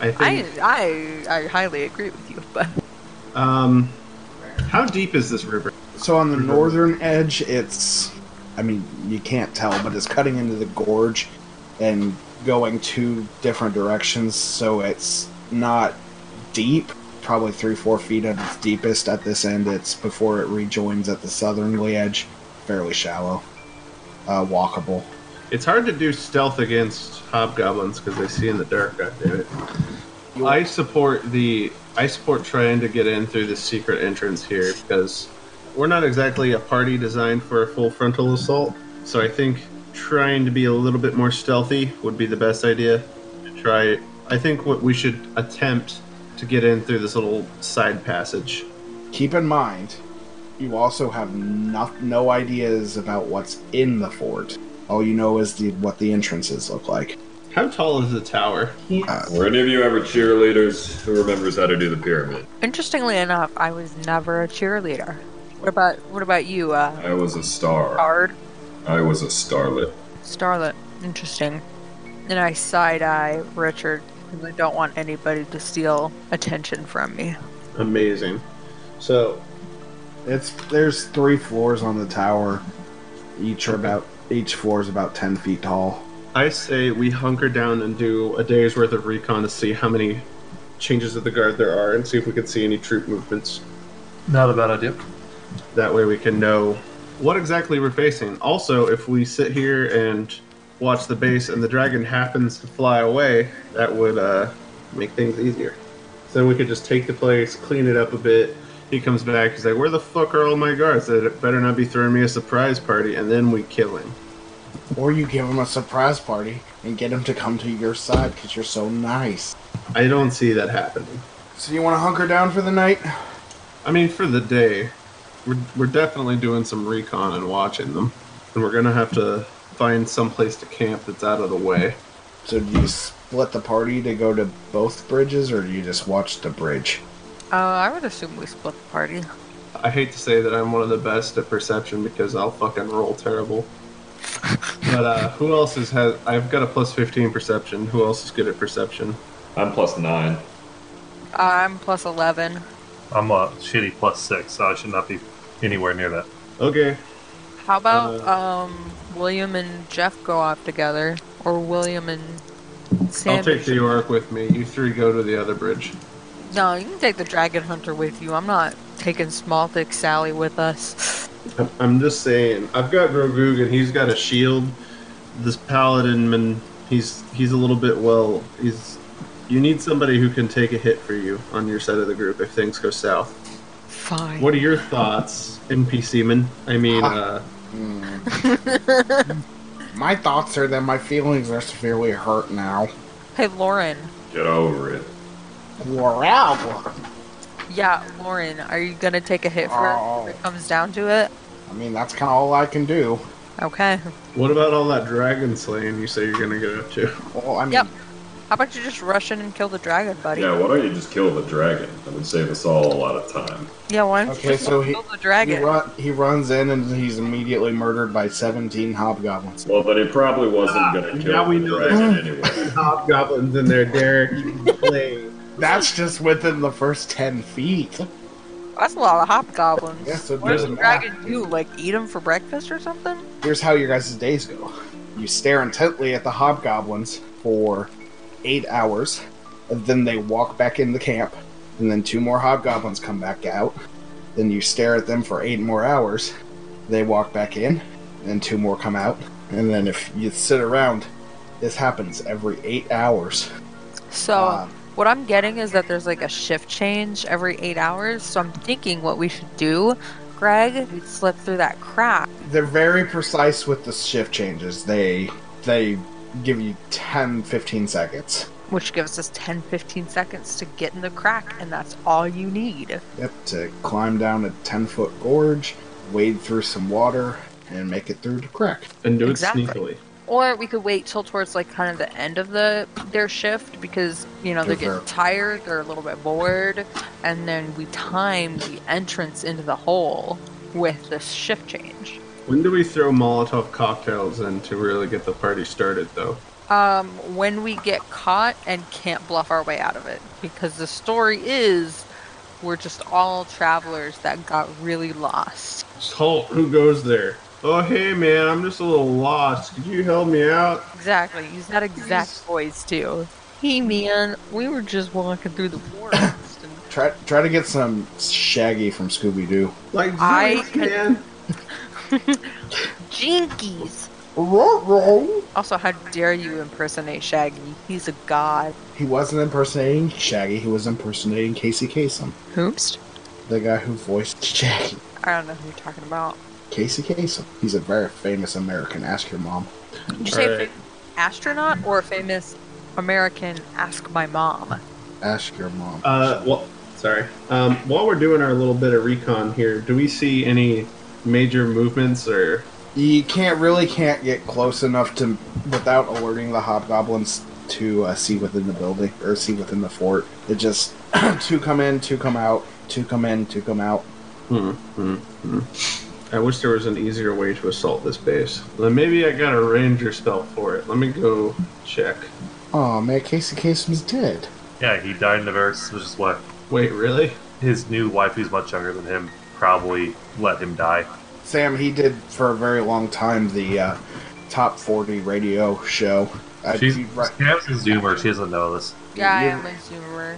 S5: I
S4: I
S5: think.
S4: I I highly agree with you, but
S5: Um, how deep is this river?
S2: So on the northern edge, it's. I mean, you can't tell, but it's cutting into the gorge and going two different directions, so it's not deep. Probably three, four feet at its deepest at this end. It's before it rejoins at the southerly edge. Fairly shallow. Uh, walkable.
S5: It's hard to do stealth against hobgoblins because they see in the dark. God damn it! I support the. I support trying to get in through the secret entrance here because we're not exactly a party designed for a full frontal assault. So I think trying to be a little bit more stealthy would be the best idea. To try. I think what we should attempt to get in through this little side passage.
S2: Keep in mind, you also have no, no ideas about what's in the fort. All you know is the what the entrances look like.
S5: How tall is the tower?
S3: Were any of you ever cheerleaders? Who remembers how to do the pyramid?
S4: interestingly enough, I was never a cheerleader. What about what about you, uh,
S3: I was a star.
S4: Bard?
S3: I was a starlet.
S4: Starlet, interesting. And I side eye Richard because I don't want anybody to steal attention from me.
S5: Amazing. So
S2: It's there's three floors on the tower. Each are about each floor is about ten feet tall.
S5: I say we hunker down and do a day's worth of recon to see how many changes of the guard there are and see if we can see any troop movements.
S6: Not a bad idea.
S5: That way we can know what exactly we're facing. Also, if we sit here and watch the base and the dragon happens to fly away, that would uh, make things easier. So then we could just take the place, clean it up a bit. He comes back, he's like, Where the fuck are all my guards? They better not be throwing me a surprise party, and then we kill him.
S2: Or you give him a surprise party and get him to come to your side because you're so nice.
S5: I don't see that happening.
S2: So you want to hunker down for the night?
S5: I mean, for the day, we're, we're definitely doing some recon and watching them. And we're going to have to find some place to camp that's out of the way.
S2: So do you split the party to go to both bridges, or do you just watch the bridge?
S4: Uh, I would assume we split the party.
S5: I hate to say that I'm one of the best at perception because I'll fucking roll terrible. But uh, who else is has? I've got a plus fifteen perception. Who else is good at perception?
S3: I'm plus nine.
S4: I'm plus 11.
S7: I'm a shitty plus six, so I should not be anywhere near that.
S5: Okay.
S4: How about
S5: Uh.
S4: um, William and Jeff go off together? Or William and Sam?
S5: I'll take the York with me. You three go to the other bridge.
S4: No, you can take the Dragon Hunter with you. I'm not taking Small Dick Sally with us.
S5: I'm- I'm just saying. I've got Grogu, and he's got a shield. This paladin man, he's he's a little bit well. He's you need somebody who can take a hit for you on your side of the group if things go south.
S4: Fine.
S5: What are your thoughts, NPC man? I mean, uh,
S2: My thoughts are that my feelings are severely hurt now.
S4: Hey, Lauren.
S3: Get over it.
S2: Wow.
S4: Yeah, Lauren, are you going to take a hit for
S2: Oh.
S4: it if it comes down to it?
S2: I mean, that's kind of all I can do.
S4: Okay.
S5: what about all that dragon slaying you say you're gonna get up to?
S2: Well, I mean,
S4: Yep. How about you just rush in and kill the dragon, buddy?
S3: Yeah, why don't you just kill the dragon? That would save us all a lot of time.
S4: Yeah, why don't
S2: Okay,
S4: you just
S2: so he-
S4: kill
S2: he,
S4: the dragon?
S2: run, he runs in and he's immediately murdered by 17 hobgoblins.
S3: Well, then he probably wasn't going to kill
S5: Ah, now we
S3: the
S5: know
S3: dragon anyway.
S5: Hobgoblins in there, Derek. Play.
S2: That's just within the first 10 feet.
S4: That's a lot of hobgoblins.
S2: Yes, it
S4: what does
S2: doesn't
S4: the dragon do? Like, eat them for breakfast or something?
S2: Here's how your guys' days go you stare intently at the hobgoblins for eight hours, and then they walk back in the camp, and then two more hobgoblins come back out. Then you stare at them for eight more hours, they walk back in, and two more come out. And then if you sit around, this happens every eight hours.
S4: So,
S2: Uh,
S4: what I'm getting is that there's like a shift change every eight hours. So, I'm thinking what we should do, Greg, is slip through that crack.
S2: they're very precise with the shift changes. They they give you 10 15 seconds.
S4: which gives us 10 15 seconds to get in the crack, and that's all you need.
S2: Yep, to climb down a 10 foot gorge, wade through some water, and make it through the crack.
S5: And do it
S4: Exactly.
S5: sneakily.
S4: Or we could wait till towards like kind of the end of the their shift because you know they're
S2: Good
S4: getting
S2: for-
S4: tired, they're a little bit bored, and then we time the entrance into the hole with this shift change.
S5: When do we throw Molotov cocktails in to really get the party started, though?
S4: Um, when we get caught and can't bluff our way out of it, because the story is we're just all travelers that got really lost.
S5: Salt, who goes there? Oh, hey, man, I'm just a little lost. Could you help me out?
S4: Exactly. Use that exact voice too. Hey man, we were just walking through the forest. And
S2: Try try to get some Shaggy from Scooby Doo.
S5: Like,
S4: I
S5: "Zeus,
S4: could-
S5: man.
S4: Jinkies. Also, how dare you impersonate Shaggy? He's a god.
S2: He wasn't impersonating Shaggy, he was impersonating Casey Kasem,
S4: Whoops.
S2: the guy who voiced Shaggy.
S4: I don't know who you're talking about.
S2: Casey Kasem. He's a very famous American. Ask your mom.
S4: Did you say
S5: Alright.
S4: fa- astronaut or famous American? Ask my mom.
S2: Ask your mom.
S5: Uh, well, sorry. Um, while we're doing our little bit of recon here, do we see any major movements or.
S2: You can't really can't get close enough to without alerting the hobgoblins to uh, see within the building or see within the fort. It just two come in, two come out, two come in, two come out.
S5: Hmm, hmm, hmm. I wish there was an easier way to assault this base. Well, maybe I got a ranger spell for it. Let me go check.
S2: Oh man, Casey Kasem's dead.
S7: Yeah, he died in a very suspicious way.
S5: Wait, really?
S7: His new wife, who's much younger than him, probably let him die.
S2: Sam, he did for a very long time the uh, top forty radio show. Uh,
S7: She's
S2: you'd, re-
S7: Sam's a zoomer. She doesn't know this.
S4: Yeah, I
S2: You-
S4: am a zoomer.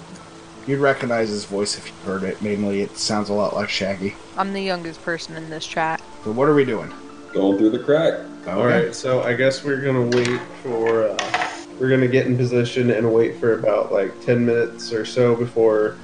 S2: you'd recognize his voice if you heard it. Mainly, it sounds a lot like Shaggy.
S4: I'm the youngest person in this chat.
S2: So what are we doing?
S3: Going through the crack.
S5: All right, so I guess we're gonna wait for uh, we're gonna get in position and wait for about like ten minutes or so before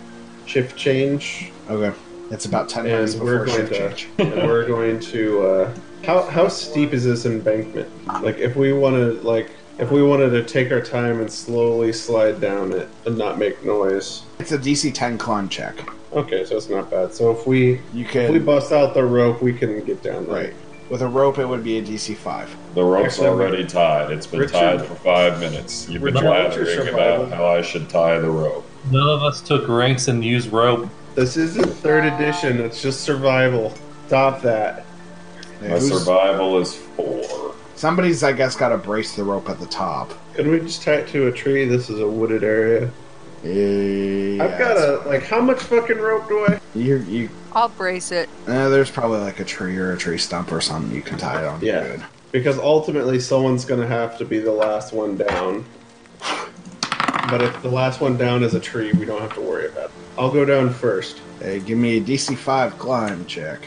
S5: shift change,
S2: Okay. It's about ten
S5: And
S2: minutes
S5: we're
S2: before
S5: going
S2: shift
S5: to-
S2: change.
S5: and we're going to uh, how how steep is this embankment? Like if we want to like if we wanted to take our time and slowly slide down it and not make noise.
S2: It's a DC ten climb check.
S5: Okay, so it's not bad. So if we
S2: You
S5: if
S2: can
S5: we bust out the rope, we can get down there.
S2: Right. With a rope, it would be a DC 5.
S3: The rope's
S5: Except-
S3: already tied. It's been
S5: Richard-
S3: tied for five minutes. You've been
S5: Richard, what's your
S3: blathering
S5: survival?
S3: about how I should tie the rope.
S7: None of us took ranks and used rope.
S5: This isn't third edition. It's just survival. Stop that.
S2: Yeah,
S3: My
S2: who's-
S3: survival is four.
S2: Somebody's, I guess, got to brace the rope at the top.
S5: Could we just tie it to a tree? This is a wooded area. I've got
S2: a.
S5: a like. How much fucking rope do I?
S2: You, you.
S4: I'll brace it.
S2: Uh, there's probably like a tree or a tree stump or something you can tie it on.
S5: Yeah.
S2: Good.
S5: Because ultimately, someone's gonna have to be the last one down. But if the last one down is a tree, we don't have to worry about it. I'll go down first.
S2: Hey, give me a DC five climb check.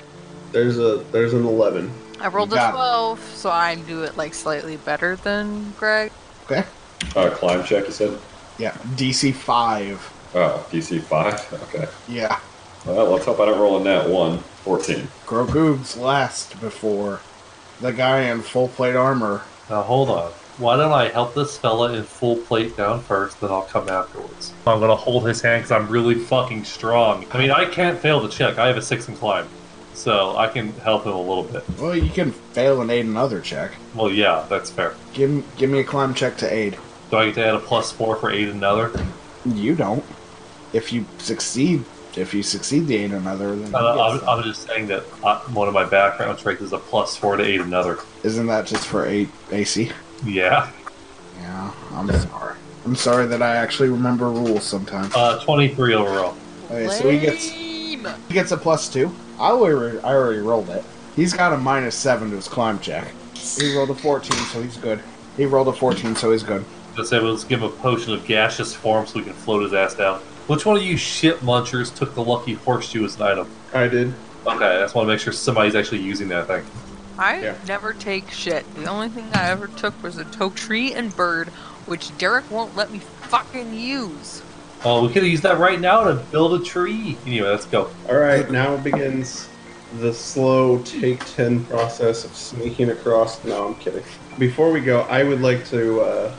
S5: There's a there's an eleven.
S4: I rolled a
S2: got it.
S4: 12, so I do it like slightly better than Greg.
S2: Okay.
S3: Uh, climb check, you said?
S2: Yeah. DC five.
S3: Oh, DC 5? Okay.
S2: Yeah.
S3: Well, let's hope I don't roll a net 1. 14.
S2: Grogoob's last before the guy in full plate armor.
S6: Now hold on. Why don't I help this fella in full plate down first, then I'll come afterwards? I'm gonna hold his hand because I'm really fucking strong. I mean, I can't fail the check. I have a six in climb, so I can help him a little bit.
S2: Well, you can fail and aid another check.
S6: Well, yeah, that's fair.
S2: Give give me a climb check to aid.
S6: Do I get to add a plus four for aid another?
S2: You don't. If you succeed, if you succeed the aid another, then
S6: Uh,
S2: you get
S6: I'm,
S2: some.
S6: I'm just saying that uh, one of my background traits is a plus four to aid another.
S2: isn't that just for eight AC?
S6: Yeah.
S2: Yeah. I'm sorry. I'm sorry that I actually remember rules sometimes.
S6: Uh, 23 overall.
S2: Okay, so he gets
S4: Lame.
S2: He gets a plus two. I already, I already rolled it. He's got a minus seven to his climb check. He rolled a 14, so he's good. He rolled a 14, so he's good.
S6: Let's say let's give him a potion of gaseous form so we can float his ass down. Which one of you shit munchers took the lucky horseshoe as an item?
S5: I did.
S6: Okay, I just want to make sure somebody's actually using that thing.
S4: I
S5: Yeah.
S4: never take shit. The only thing I ever took was a tow tree and bird, which Derek won't let me fucking use.
S6: Oh, we could use that right now to build a tree. Anyway, let's go.
S5: All right, now begins the slow take 10 process of sneaking across. No, I'm kidding. Before we go, I would like to uh,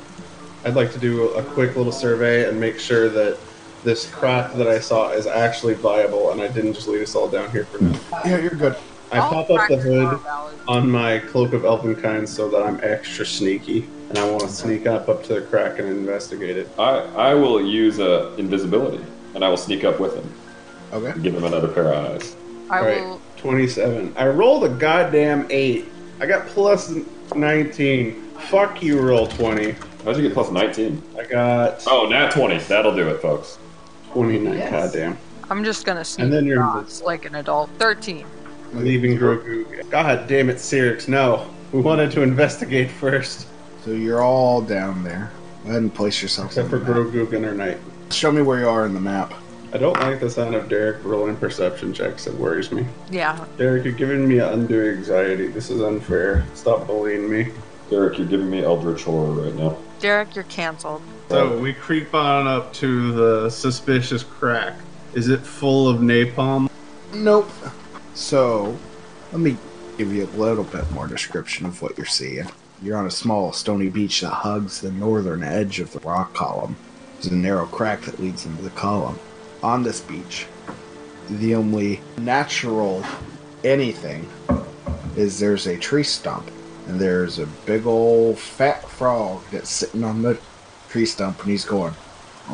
S5: I'd like to do a quick little survey and make sure that this craft that I saw is actually viable and I didn't just lead us all down here for nothing.
S2: Yeah, you're good.
S5: I
S4: All
S5: pop up the
S4: factors are
S5: hood
S4: valid.
S5: on my cloak of elfenkind so that I'm extra sneaky and I want to sneak up up to the crack and investigate it.
S3: I, I will use uh, invisibility, and I will sneak up with him
S2: Okay.
S3: and give him another pair of eyes.
S4: I
S5: All right,
S4: will.
S5: 27. I rolled a goddamn 8. I got plus 19. Fuck you, roll 20.
S3: How'd you get plus 19?
S5: I got
S3: Oh, nat 20. That'll do it, folks.
S5: 29. Goddamn.
S4: I'm just gonna sneak
S5: And then you're
S4: across like an adult. Thirteen.
S5: Leaving Grogu. God damn it, Sirix. No. We wanted to investigate first.
S2: So you're all down there. Go ahead and place yourself.
S5: Except
S2: on
S5: for
S2: the map.
S5: Grogu and her knight.
S2: Show me where you are in the map.
S5: I don't like the sound of Derek rolling perception checks. It worries me.
S4: Yeah.
S5: Derek, you're giving me undue anxiety. This is unfair. Stop bullying me.
S3: Derek, you're giving me Eldritch Horror right now.
S4: Derek, you're canceled.
S5: So we creep on up to the suspicious crack. Is it full of napalm?
S2: Nope. So, let me give you a little bit more description of what you're seeing. You're on a small stony beach that hugs the northern edge of the rock column. There's a narrow crack that leads into the column. On this beach, the only natural anything is there's a tree stump, and there's a big old fat frog that's sitting on the tree stump, and he's going.
S3: He's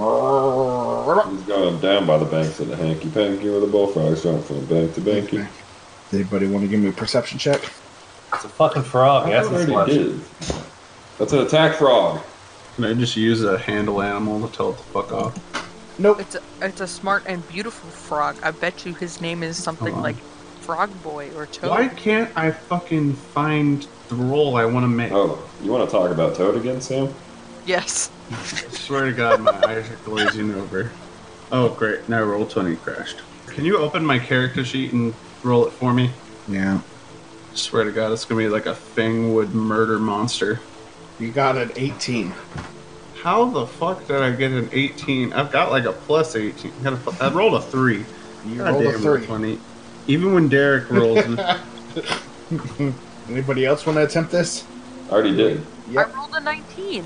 S3: going down by the banks of the hanky panky where the bullfrogs jump from bank to banky.
S2: Anybody want to give me a perception check?
S6: It's a fucking frog.
S3: I
S6: That's a
S3: already
S6: slash.
S3: did. That's an attack frog.
S5: Can I just use a handle animal to tell it to fuck off?
S2: Nope.
S4: It's a, it's a smart and beautiful frog. I bet you his name is something
S5: Hold on.
S4: like Frog Boy or Toad.
S5: Why can't I fucking find the roll I want to make?
S3: Oh, you want to talk about Toad again, Sam?
S4: Yes.
S5: I swear to God, my eyes are glazing over. Oh, great. Now roll 20 crashed. Can you open my character sheet and roll it for me?
S2: Yeah.
S5: swear to God, it's going to be like a Fangwood murder monster.
S2: You got an 18.
S5: How the fuck did I get an 18? I've got like a plus 18. I, got a pl- I rolled a 3.
S2: You
S5: God
S2: rolled a
S5: damn,
S2: 3.
S5: 20. Even when Derek rolls,
S2: Anybody else want to attempt this?
S3: I already did.
S2: Yep.
S4: I rolled a 19.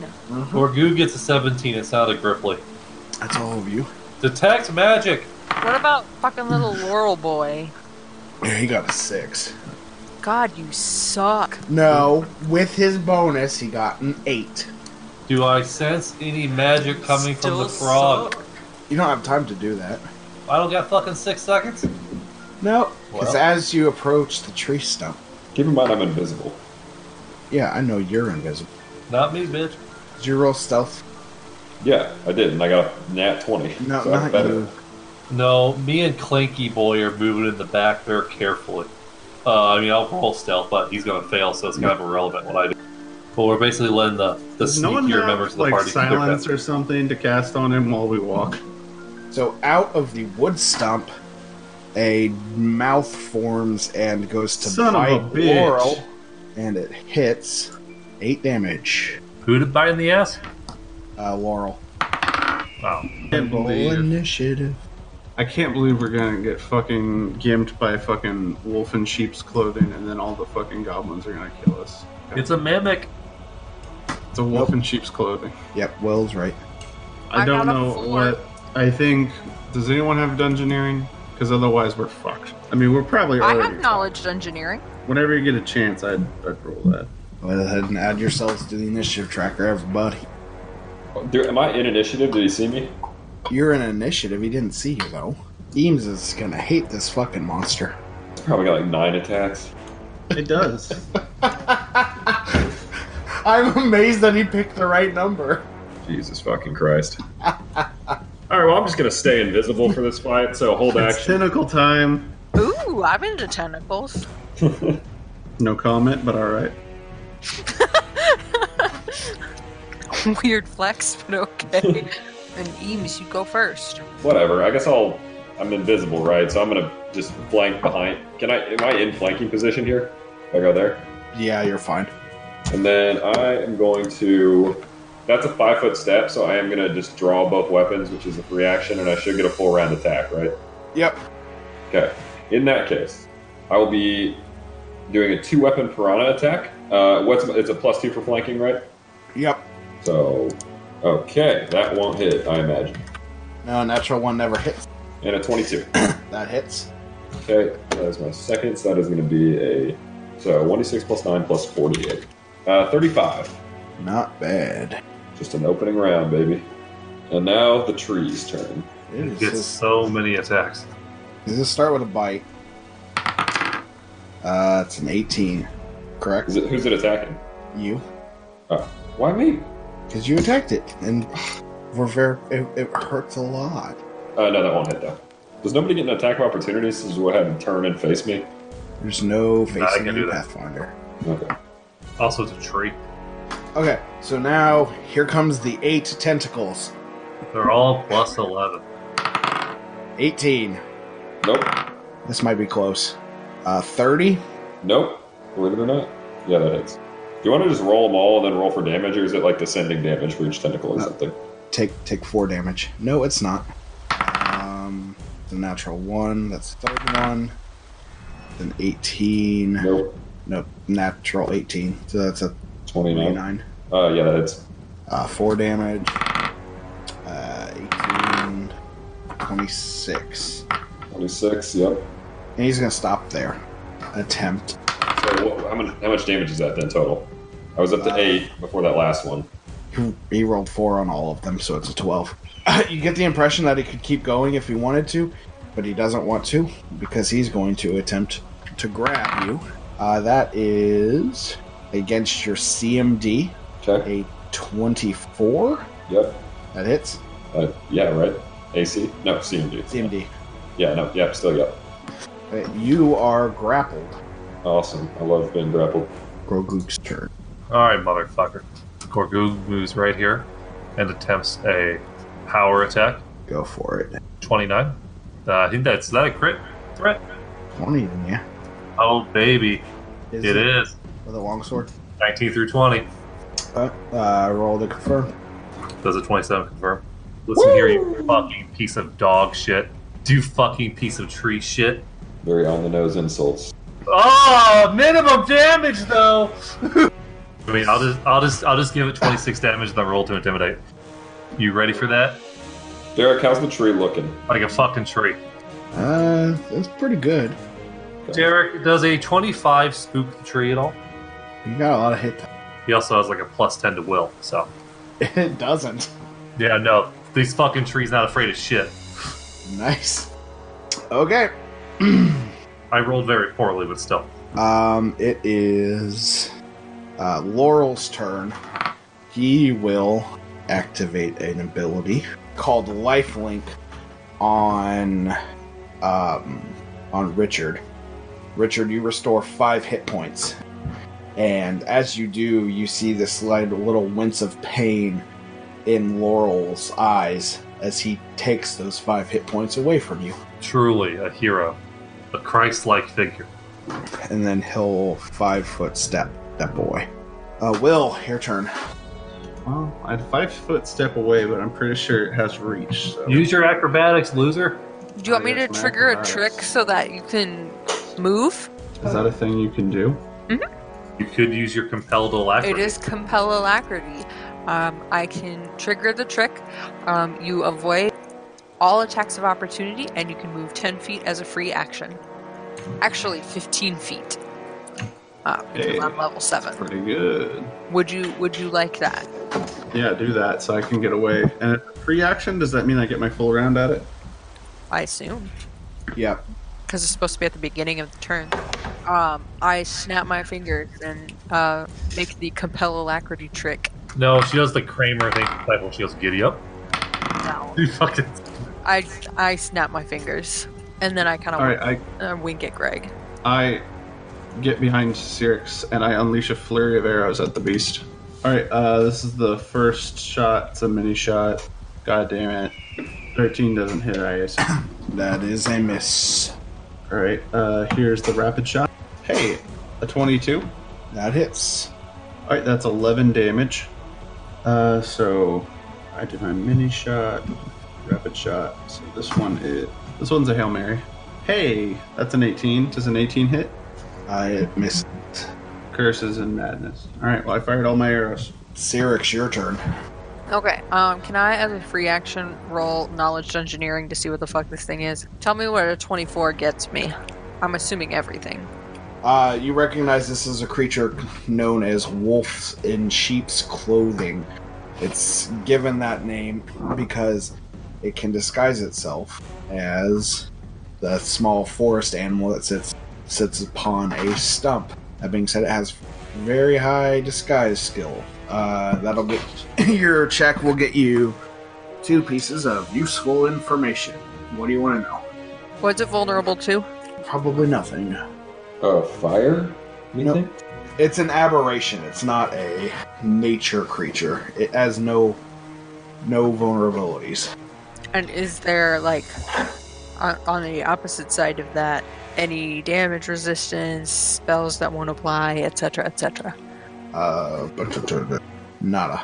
S6: Gorgu gets a 17. It sounded gripply.
S2: That's all of you.
S6: Detect magic.
S4: What about fucking little Laurel Boy?
S2: Yeah, he got a 6.
S4: God, you suck.
S2: No, with his bonus, he got an 8.
S6: Do I sense any magic coming from the
S4: Still
S6: frog?
S4: suck.
S2: You don't have time to do that.
S6: I don't got fucking six seconds.
S2: No, because
S6: Well.
S2: as you approach the tree stump,
S3: Keep in mind I'm invisible.
S2: Yeah, I know you're invisible.
S6: Not me, bitch.
S2: Did you roll stealth?
S3: Yeah, I did, and I got a nat 20.
S2: No,
S3: so I'm
S2: not
S3: better.
S2: you.
S6: No, me and Clanky Boy are moving in the back there carefully. Uh, I mean, I'll roll stealth, but he's going to fail, so it's kind of irrelevant what I do. But we're basically letting the, the
S5: Does no one
S6: sneakier
S5: have
S6: members of the
S5: like
S6: party keep their
S5: silence
S6: distance.
S5: or something to cast on him while we walk?
S2: So out of the wood stump, a mouth forms and goes to
S5: Son of
S2: bite
S5: a bitch.
S2: Laurel, and it hits eight damage.
S7: Who to bite in the ass?
S2: Uh, Laurel.
S7: Wow.
S5: Can't
S2: Roll
S5: believe.
S2: initiative.
S5: I can't believe we're gonna get fucking gimped by fucking wolf in sheep's clothing, and then all the fucking goblins are gonna kill us.
S7: It's a mimic.
S5: It's a wolf
S2: Nope.
S5: in sheep's clothing.
S2: Yep, Will's right.
S5: I,
S4: I
S5: don't
S4: got a
S5: know
S4: four.
S5: what. I think. Does anyone have dungeoneering? Because otherwise, we're fucked. I mean, we're probably.
S4: I
S5: Already
S4: have knowledge engineering.
S5: fucked. Whenever you get a chance, I'd, I'd roll that.
S2: Go ahead and add yourselves to the initiative tracker, everybody.
S3: There- am I in initiative? Did he see me?
S2: You're in initiative. He didn't see you though. Eames is gonna hate this fucking monster.
S3: He's probably got like nine attacks.
S5: It does.
S2: I'm amazed that he picked the right number.
S3: Jesus fucking Christ. All right, well, I'm just going to stay invisible for this fight, so hold
S5: it's
S3: action.
S5: tentacle time.
S4: Ooh, I'm into tentacles.
S5: No comment, but all right.
S4: Weird flex, but okay. and Eames, you go first.
S3: Whatever. I guess I'll. I'm invisible, right? So I'm going to just flank behind. Can I. Am I in flanking position here? I go there.
S2: Yeah, you're fine.
S3: And then I am going to. That's a five foot step, so I am going to just draw both weapons, which is a free action, and I should get a full round attack, right?
S2: Yep.
S3: Okay. In that case, I will be doing a two weapon piranha attack. Uh, what's It's a plus two for flanking, right?
S2: Yep.
S3: So, okay, that won't hit, I imagine.
S2: No, a natural one never hits.
S3: And a 22.
S2: That hits.
S3: Okay, that is my second, so that is going to be a. So, 1d6 plus 9 plus 48. Uh, 35.
S2: Not bad.
S3: Just an opening round, baby. And now the tree's turn.
S2: It is
S7: It gets
S2: just-
S7: so many attacks.
S2: Does this start with a bite? Uh, it's an 18, correct?
S3: Is it, who's it attacking?
S2: You,
S3: Why me?
S2: because you attacked it, and we're very, it, it hurts a lot.
S3: Uh, no, that won't hit, though. Does nobody get an attack of opportunity since you had to turn and face me?
S2: There's no
S7: Nah, I
S2: facing
S7: can
S2: you,
S7: do that.
S2: Pathfinder.
S3: Okay.
S7: Also, it's a tree.
S2: Okay, so now here comes the eight tentacles.
S7: They're all plus 11.
S2: 18.
S3: Nope.
S2: This might be close. Uh, 30.
S3: Nope. Believe it or not. Yeah, that hits. Do you want to just roll them all and then roll for damage, or is it like descending damage for each tentacle or
S2: No.
S3: something?
S2: Take take four damage. No, it's not. Um, it's a natural one. That's 31. Then 18.
S3: Nope.
S2: Nope, natural 18. So that's a
S3: 29.
S2: 29.
S3: Uh, yeah, that hits.
S2: Uh, 4 damage. Uh, 18. 26.
S3: 26, yep.
S2: And he's going to stop there. Attempt.
S3: So what, how, much, how much damage is that then total? I was up to
S2: Uh,
S3: 8 before that last one.
S2: He, he rolled 4 on all of them, so it's a 12. you get the impression that he could keep going if he wanted to, but he doesn't want to because he's going to attempt to grab you. Uh, that is against your CMD,
S3: Okay.
S2: a 24.
S3: Yep.
S2: That hits.
S3: Uh, yeah, right? AC? No, CMD.
S2: CMD.
S3: Yeah, no, yeah, still yep.
S2: Uh, You are grappled.
S3: Awesome. I love being grappled.
S2: Grogu's turn.
S7: Alright, motherfucker. Gorgoog moves right here and attempts a power attack.
S2: Go for it.
S7: 29. Uh, I think that's is that a crit threat.
S2: 20, then, yeah.
S7: Oh, baby.
S2: Is
S7: it is.
S2: With a longsword.
S7: 19 through 20.
S2: Uh, uh, roll to confirm.
S7: Does a 27 confirm? Listen here, you fucking piece of dog shit. Do fucking piece of tree shit.
S3: Very on the nose insults.
S7: Oh, minimum damage though. I mean, I'll just, I'll just, I'll just give it 26 damage and then roll to intimidate. You ready for that?
S3: Derek, how's the tree looking?
S7: Like a fucking tree.
S2: Uh, that's pretty good.
S7: Derek, does a 25 spook the tree at all?
S2: You got a lot of hit.
S7: He also has like a plus 10 to will. So,
S2: It doesn't.
S7: yeah, no, these fucking trees not afraid of shit.
S2: Nice. Okay.
S7: I rolled very poorly, but still.
S2: Um, it is uh, Laurel's turn, he will activate an ability called Lifelink on um, on Richard. Richard, you restore five hit points, and as you do, you see this slight little wince of pain in Laurel's eyes as he takes those five hit points away from you.
S7: Truly a hero, a Christ-like figure.
S2: and then he'll five foot step that boy. Uh, Will, your turn.
S5: Well, I had five foot step away, but I'm pretty sure it has reach. So.
S7: Use your acrobatics, loser.
S4: Do you want me to
S5: Yes, man.
S4: trigger a
S5: Nice.
S4: trick so that you can move?
S5: Is that a thing you can do?
S7: You could use your compelled alacrity.
S4: It is compel alacrity. Um, I can trigger the trick. Um, you avoid all attacks of opportunity, and you can move 10 feet as a free action. Actually, 15 feet. Uh, because
S5: Hey.
S4: I'm level seven.
S5: Pretty good.
S4: Would you Would you like that?
S5: Yeah, do that so I can get away. And if free action, does that mean I get my full round at it?
S4: I assume
S2: Yep.
S4: because it's supposed to be at the beginning of the turn. Um, I snap my fingers and uh, make the compel alacrity trick.
S7: No, she does the Kramer thing. Disciple. She goes giddy up.
S4: Now,
S7: You fucking
S4: I I snap my fingers and then I kind of
S5: All right,
S4: uh, wink at Greg.
S5: I I get behind Cyrix and I unleash a flurry of arrows at the beast. All right, uh, this is the first shot. It's a mini shot. God damn it. 13 doesn't hit, I assume.
S2: That is a miss.
S5: All right, uh, here's the rapid shot. Hey, a 22. All
S2: That hits.
S5: right, that's 11 damage. Uh, so I did my mini shot, rapid shot. So this one is this one's a hail mary. Hey, that's an 18. Does an 18 hit?
S2: I miss.
S5: Curses and madness. All right, well I fired all my arrows.
S2: Cyrix, your turn.
S4: Okay. Um, can I, as a free action, roll knowledge engineering to see what the fuck this thing is? Tell me what a twenty-four gets me. I'm assuming everything.
S2: Uh, you recognize this is a creature known as wolves in sheep's clothing. It's given that name because it can disguise itself as the small forest animal that sits sits upon a stump. That being said, it has very high disguise skill. Uh, that'll get your check will get you two pieces of useful information. What do you want to know?
S4: What's it vulnerable to?
S2: Probably nothing.
S3: Oh, fire? Anything?
S2: It's an aberration. It's not a nature creature. It has no no vulnerabilities.
S4: And is there like on, on the opposite side of that any damage resistance, spells that won't apply, etc., etc.?
S2: Uh, but- nada.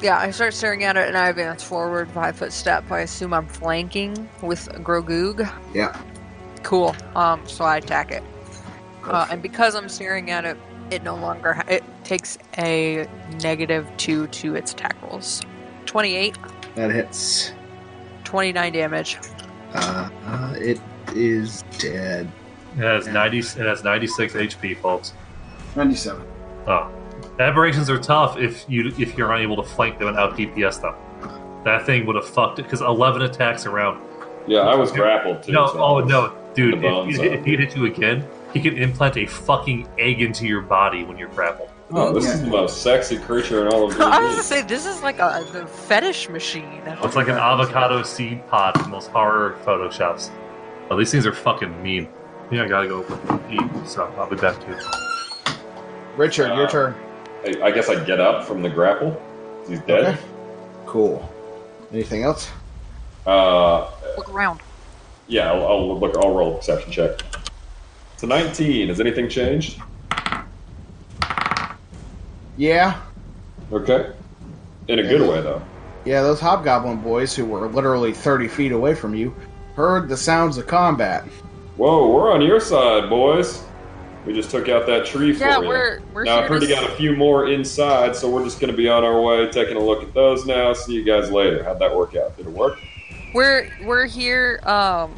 S4: Yeah, I start staring at it and I advance forward five foot step. I assume I'm flanking with Grogoog.
S2: Yeah.
S4: Cool. Um, so I attack it, uh, and because I'm staring at it, it no longer ha- it takes a negative two to its attack rolls. 28,
S2: That hits.
S4: 29 damage.
S2: Uh, uh, it is dead.
S7: It has ninety. It has ninety-six HP, folks.
S2: Ninety-seven.
S7: Oh, aberrations are tough if you if you're unable to flank them and out DPS them. That thing would have fucked it because eleven attacks around.
S3: Yeah, I was grappled too.
S7: No,
S3: so
S7: oh
S3: I was-
S7: no,
S3: the
S7: dude! If,
S3: bones
S7: he- if
S3: up.
S7: he hit you again, he can implant a fucking egg into your body when you're grappled.
S3: Oh, this is the most sexy creature in all of
S4: I was gonna
S3: the
S4: say this is like a the fetish machine.
S7: It's like an avocado seed pod from those horror photoshops. Oh, these things are fucking mean. Yeah, I gotta go eat, so I'll be back to it.
S2: Richard, your
S3: Uh,
S2: turn.
S3: I, I guess I get up from the grapple. He's dead.
S2: Okay. Cool. Anything else?
S3: Uh,
S4: Look around.
S3: yeah, I'll, I'll look. I'll roll a perception check. It's a 19. Has anything changed?
S2: Yeah.
S3: Okay. In a good way, though.
S2: Yeah, those hobgoblin boys who were literally 30 feet away from you heard the sounds of combat.
S3: Whoa, we're on your side, boys. We just took out that tree for
S4: Yeah,
S3: you.
S4: we're we're
S3: now
S4: here
S3: I've heard
S4: to
S3: you got a few more inside, so we're just going to be on our way, taking a look at those now. See you guys later. How'd that work out? Did it work?
S4: We're we're here, um,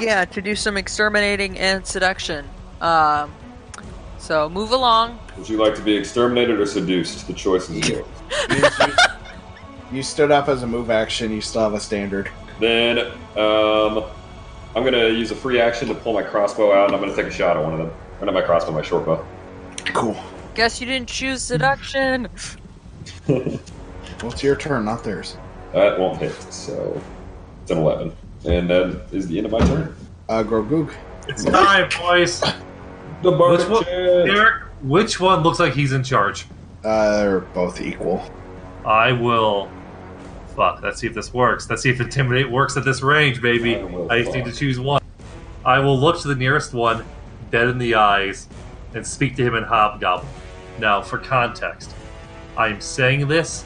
S4: yeah, to do some exterminating and seduction. Um, so move along.
S3: Would you like to be exterminated or seduced? The choice is yours.
S2: You stood up as a move action. You still have a standard.
S3: Then um, I'm gonna use a free action to pull my crossbow out, and I'm gonna take a shot at one of them. Or not my crossbow, my short bow.
S2: Cool.
S4: Guess you didn't choose seduction.
S2: Well, it's your turn, not theirs.
S3: That won't hit, so it's an 11. And that is the end of my turn.
S2: Uh, Grogoog.
S7: It's time, boys.
S3: The bar
S7: Which one- Derek, which one looks like he's in charge?
S2: Uh, they're both equal.
S7: I will. Fuck. Let's see if this works. Let's see if intimidate works at this range, baby.
S3: I will
S7: I just need to
S3: fuck.
S7: choose one. I will look to the nearest one, dead in the eyes, and speak to him in hobgoblin. Now, for context, I am saying this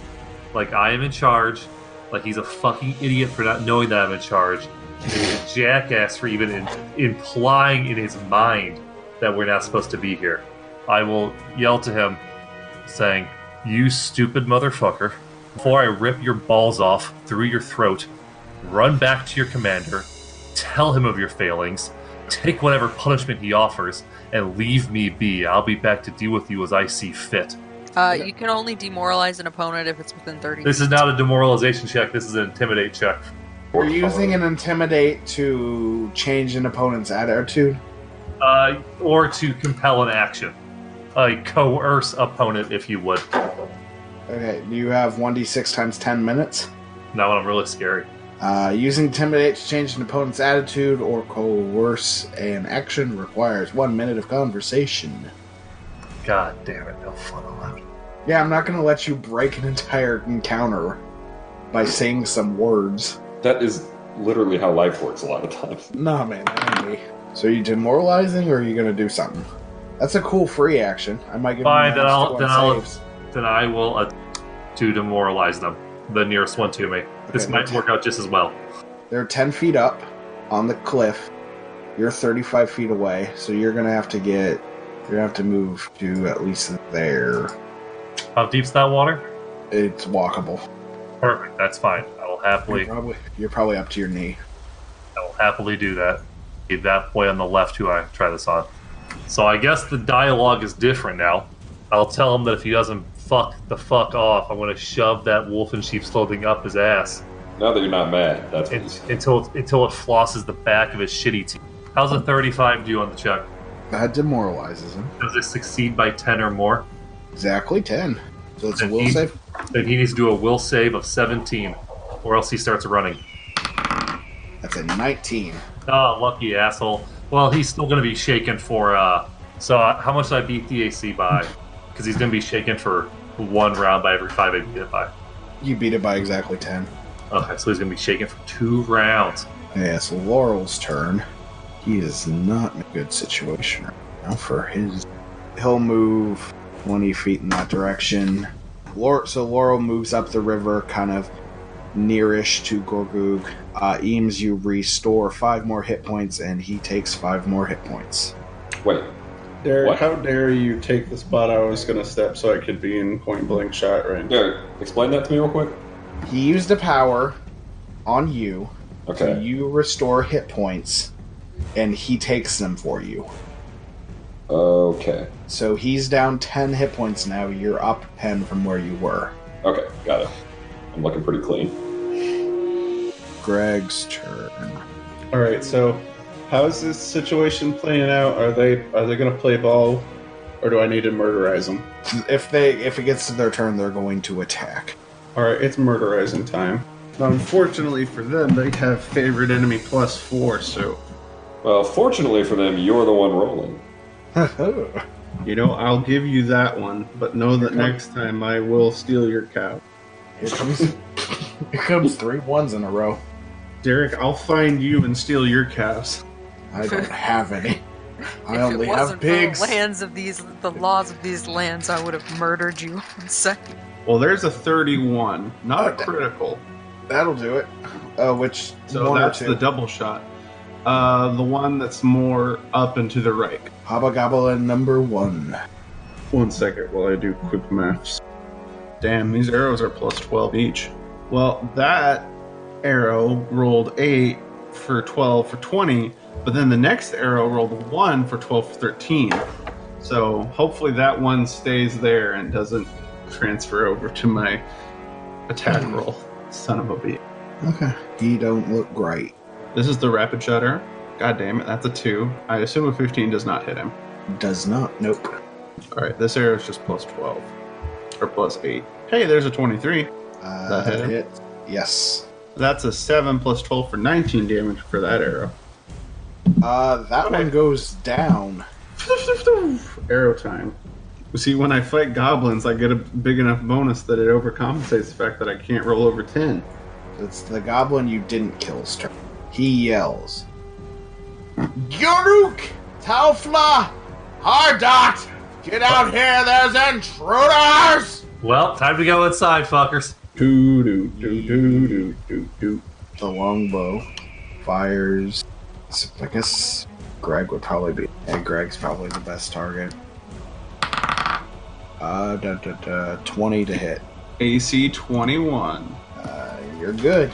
S7: like I am in charge, like he's a fucking idiot for not knowing that I'm in charge, and he's a jackass for even in, implying in his mind that we're not supposed to be here. I will yell to him, saying, "You stupid motherfucker!" Before I rip your balls off through your throat, run back to your commander, tell him of your failings, take whatever punishment he offers, and leave me be. I'll be back to deal with you as I see fit.
S4: Uh, you can only demoralize an opponent if it's within 30
S7: This is not a demoralization check. This is an intimidate check.
S2: We're using an intimidate to change an opponent's attitude.
S7: uh, or to compel an action. A coerce opponent, if you would.
S2: Okay, you have 1d6 times 10 minutes.
S7: Now I'm really scary.
S2: Uh, using intimidate to change an opponent's attitude or coerce an action requires one minute of conversation.
S7: God damn it, no fun allowed.
S2: Yeah, I'm not gonna let you break an entire encounter by saying some words.
S3: That is literally how life works a lot of times.
S2: Nah, man, that ain't me. So you demoralizing, or are you gonna do something? That's a cool free action. I might give
S7: Fine,
S2: you
S7: then
S2: minus
S7: I'll-
S2: two on
S7: then I'll-
S2: saves.
S7: Then I will uh, to demoralize them. The nearest one to me. This
S2: Okay,
S7: might
S2: that's-
S7: work out just as well.
S2: They're 10 feet up on the cliff. You're 35 feet away, so you're gonna have to get. You're gonna have to move to at least there.
S7: How deep's that water?
S2: It's walkable.
S7: Perfect. That's fine. I will
S2: You're
S7: happily,
S2: probably, you're probably up to your knee.
S7: I will happily do that. Be That boy on the left, who I try this on. So I guess the dialogue is different now. I'll tell him that if he doesn't fuck the fuck off, I'm gonna shove that wolf in sheep's clothing up his ass.
S3: Now that you're not mad, that's what you
S7: It's- until until it flosses the back of his shitty teeth. How's a 35 do on the check?
S2: That demoralizes him.
S7: Does it succeed by 10 or more?
S2: Exactly 10. So it's a will
S7: He-
S2: save.
S7: Then he needs to do a will save of 17, or else he starts running.
S2: That's a 19.
S7: Oh, lucky asshole. Well, he's still going to be shaken for. uh So uh, how much did I beat the AC by? Because he's going to be shaken for one round by every five I beat it by.
S2: You beat it by exactly 10.
S7: Okay, so he's going to be shaken for two rounds.
S2: Yeah, it's Laurel's turn. He is not in a good situation right now for his. He'll move 20 feet in that direction. Laurel, so Laurel moves up the river, kind of nearish to Gorgug. Uh, Eames, you restore five more hit points, and he takes five more hit points.
S3: Wait,
S5: Derek,
S3: What?
S5: how dare you take the spot I was going to step so I could be in point blank shot range?
S3: Derek, explain that to me real quick.
S2: He used a power on you, so
S3: Okay.
S2: you restore hit points, and he takes them for you.
S3: Okay.
S2: So he's down 10 hit points now. You're up 10 from where you were.
S3: Okay, got it. I'm looking pretty clean.
S2: Greg's turn.
S5: All right, so how's this situation playing out? Are they are they going to play ball, or do I need to murderize them?
S2: If they if it gets to their turn, they're going to attack.
S5: All right, it's murderizing time. Now, unfortunately for them, they have favorite enemy plus four, so
S3: Well, fortunately for them, you're the one rolling.
S5: you know I'll give you that one. But know that
S2: Okay.
S5: next time I will steal your cow,
S2: Here comes here comes three ones in a row.
S5: Derek. I'll find you and steal your cows.
S2: I don't have any. I
S4: If
S2: only
S4: it
S2: have
S4: wasn't
S2: pigs.
S4: For the lands of these, the laws of these lands, I would have murdered you in second.
S5: Well, there's a thirty-one, not
S2: Okay.
S5: a critical,
S2: That'll do it. Uh, which
S5: so
S2: one or
S5: that's the
S2: two?
S5: double shot. Uh, the one that's more up and to the right.
S2: Habagabala number one.
S5: One second while I do quick maths. Damn, these arrows are plus 12 each. Well, that arrow rolled 8 for 12 for 20, but then the next arrow rolled a 1 for 12 for 13. So hopefully that one stays there and doesn't transfer over to my attack roll. Son of a bee.
S2: Okay. He don't look great.
S5: This is the rapid shot arrow. God damn it, that's a 2. I assume a 15 does not hit him.
S2: Does not. Nope.
S5: All right, this arrow is just plus 12 or plus 8. Hey, there's a 23.
S2: Uh,
S5: That hit him?
S2: hit. Yes.
S5: That's a 7 plus 12 for 19 damage for that arrow.
S2: Uh, that one goes down.
S5: arrow time. You see, when I fight goblins, I get a big enough bonus that it overcompensates the fact that I can't roll over 10.
S2: It's the goblin you didn't kill's turn. He yells, Yuruk! Taufla! Hardot! Get out here! There's intruders!
S7: Well, time to go inside, fuckers.
S5: Doo doo doo doo doo doo doo.
S2: The longbow fires. I guess Greg would probably be. And Greg's probably the best target. Uh, da, da, da, 20 to hit.
S5: AC 21.
S2: Uh, you're good.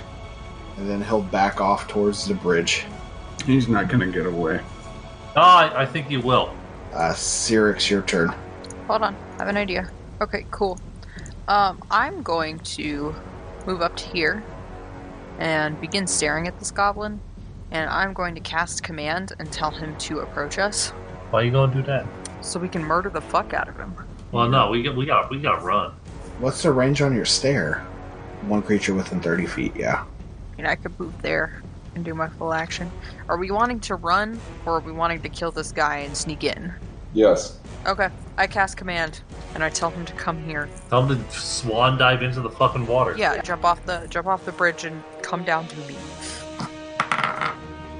S2: And then he'll back off towards the bridge.
S5: He's not gonna get away.
S7: Ah, I think you will.
S2: Uh, Cyrix, your turn.
S4: Hold on, I have an idea. Okay, cool. Um, I'm going to move up to here and begin staring at this goblin, and I'm going to cast command and tell him to approach us
S7: Why you gonna do that?
S4: so we can murder the fuck out of him.
S7: Well, no, we got we got we got to run.
S2: What's the range on your stare? One creature within 30 feet, yeah.
S4: I mean, I could move there and do my full action. Are we wanting to run, or are we wanting to kill this guy and sneak in?
S3: Yes.
S4: Okay, I cast command and I tell him to come here.
S7: Tell them to swan dive into the fucking water.
S4: Yeah, jump off the jump off the bridge and come down to me.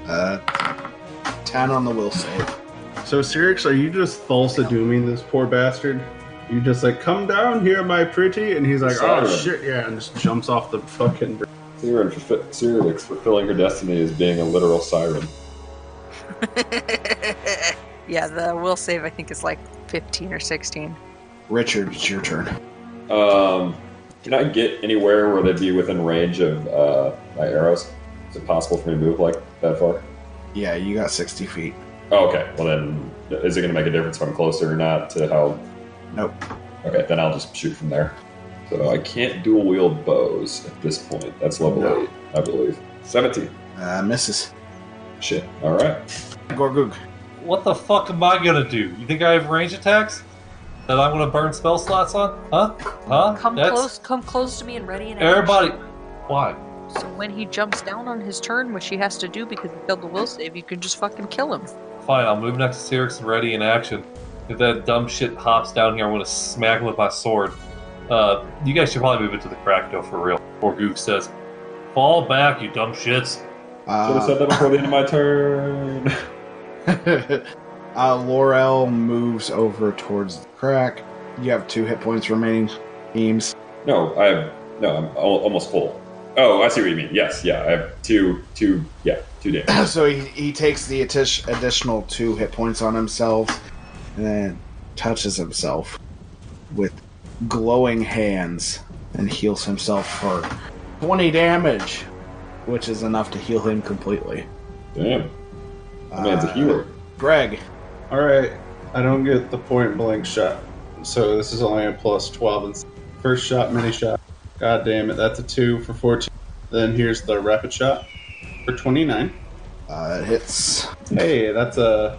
S2: Uh, 10 on the will save.
S5: So, Sirix, are you just Thulsa dooming this poor bastard? You just like, come down here, my pretty, and he's like, oh
S3: Sorry.
S5: shit, yeah, and just jumps off the fucking. br-
S3: Siren fulfi- Cyrix fulfilling her destiny as being a literal siren.
S4: yeah, the will save I think is like 15 or 16.
S2: Richard, it's your turn.
S3: Um, can I get anywhere where they'd be within range of uh, my arrows? Is it possible for me to move like that far?
S2: Yeah, you got 60 feet.
S3: Oh, okay. Well, then, is it going to make a difference if I'm closer or not to how?
S2: Nope.
S3: Okay, then I'll just shoot from there. So I can't dual wield bows at this point. That's level
S2: No.
S3: eight, I believe. Seventeen.
S2: Uh, misses.
S3: Shit. All right.
S2: Gorgug.
S6: What the fuck am I gonna do? You think I have range attacks that I'm gonna burn spell slots on? Huh? Huh?
S4: Come
S6: That's-
S4: close, come close to me and ready and
S6: Everybody, why?
S4: So when he jumps down on his turn, which he has to do because he failed the will save, you can just fucking kill him.
S6: Fine, I'll move next to Cyrix and ready in action. If that dumb shit hops down here, I'm gonna smack him with my sword. Uh, you guys should probably move it to the crack though, for real. Or Gook says, "Fall back, you dumb shits."
S3: Should have said
S2: Uh,
S3: that before the end of my turn.
S2: uh, Laurel moves over towards the crack. You have two hit points remaining. Eames.
S3: no, I have no. I'm al- almost full. Oh, I see what you mean. Yes, yeah. I have two, two, yeah, two damage.
S2: so he, he takes the atti- additional two hit points on himself and then touches himself with glowing hands and heals himself for 20 damage, which is enough to heal him completely.
S3: Damn, that man's a
S2: Uh,
S3: healer.
S2: Greg.
S5: All right, I don't get the point blank shot, so this is only a plus 12. And first shot, mini shot. God damn it, that's a two for 14. Then here's the rapid shot for 29.
S2: Uh, it hits.
S5: Hey, that's a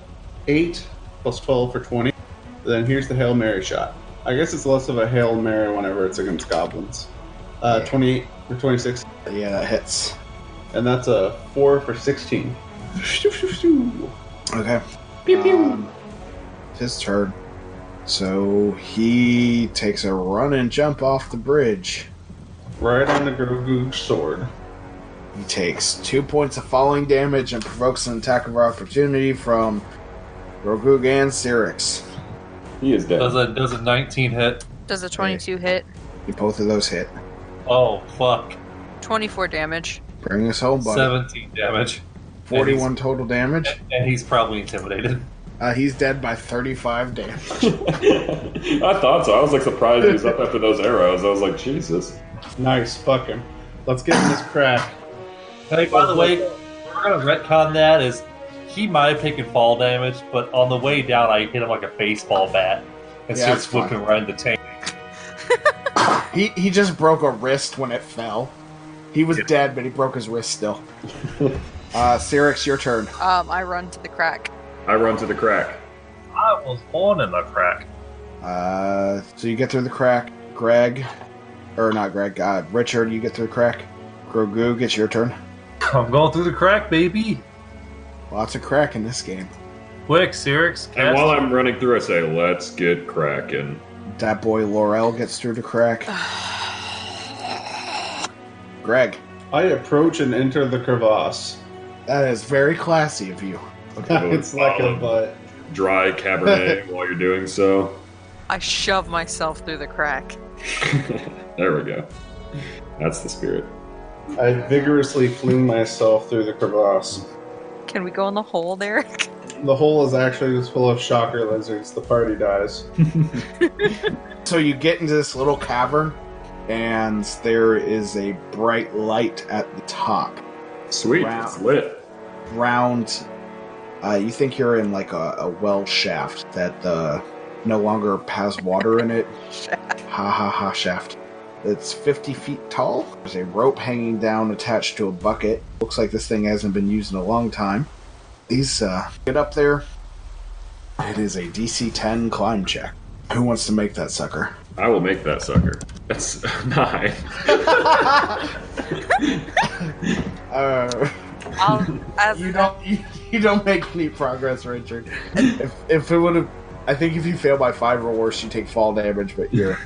S5: 8 plus 12 for 20. Then here's the Hail Mary shot. I guess it's less of a Hail Mary whenever it's against goblins. Uh, 28 for 26.
S2: Yeah, that hits.
S5: And that's a 4 for 16.
S2: Okay. Um, it's his turn. So he takes a run and jump off the bridge.
S5: Right on the Grogu sword.
S2: He takes two points of falling damage and provokes an attack of opportunity from Rogug and Cyrix.
S3: He is dead.
S6: Does a does a 19 hit?
S4: Does a 22 hit?
S2: Both of those hit.
S6: Oh fuck!
S4: 24 damage.
S2: Bring us home, buddy.
S6: 17 damage,
S2: 41 total damage.
S6: and he's probably intimidated.
S2: Uh, he's dead by 35 damage.
S3: I thought so. I was like surprised he was up after those arrows. I was like, Jesus.
S5: Nice, fuck him. Let's get in this crack.
S6: Hey, by the way, we're gonna retcon that is he might have taken fall damage, but on the way down I hit him like a baseball bat and
S2: Yeah,
S6: starts
S2: that's fine.
S6: whipping around the tank.
S2: He, he just broke a wrist when it fell. He was dead, but he broke his wrist still. uh, Cyrix, your turn.
S4: Um, I run to the crack.
S3: I run to the crack.
S7: I was on in the crack.
S2: Uh, so you get through the crack. Greg, or not Greg, uh, Richard, you get through the crack. Grogu gets your turn.
S7: I'm going through the crack, baby.
S2: Lots of crack in this game.
S7: Quick, Sirix,
S3: And
S7: cast.
S3: while I'm running through, I say, "Let's get cracking."
S2: That boy Laurel gets through the crack. Greg,
S5: I approach and enter the crevasse.
S2: that is very classy of you.
S5: it's like a
S3: Solid.
S5: butt.
S3: Dry cabernet while you're doing so.
S4: I shove myself through the crack.
S3: There we go. That's the spirit.
S5: I vigorously fling myself through the crevasse.
S4: Can we go in the hole, Derek?
S5: The hole is actually just full of shocker lizards. The party dies.
S2: So you get into this little cavern, and there is a bright light at the top.
S3: Sweet,
S2: Wow.
S3: it's lit.
S2: round. Uh, you think you're in like a, a well shaft that uh, no longer has water in it. ha ha ha shaft. It's 50 feet tall. There's a rope hanging down attached to a bucket. Looks like this thing hasn't been used in a long time. These uh, get up there. It is a DC 10 climb check. Who wants to make that sucker?
S3: I will make that sucker. That's nine.
S2: Uh,
S4: I'll, as,
S2: you don't you, you don't make any progress, Richard. If, if it would have, I think if you fail by five or worse, you take fall damage. But you're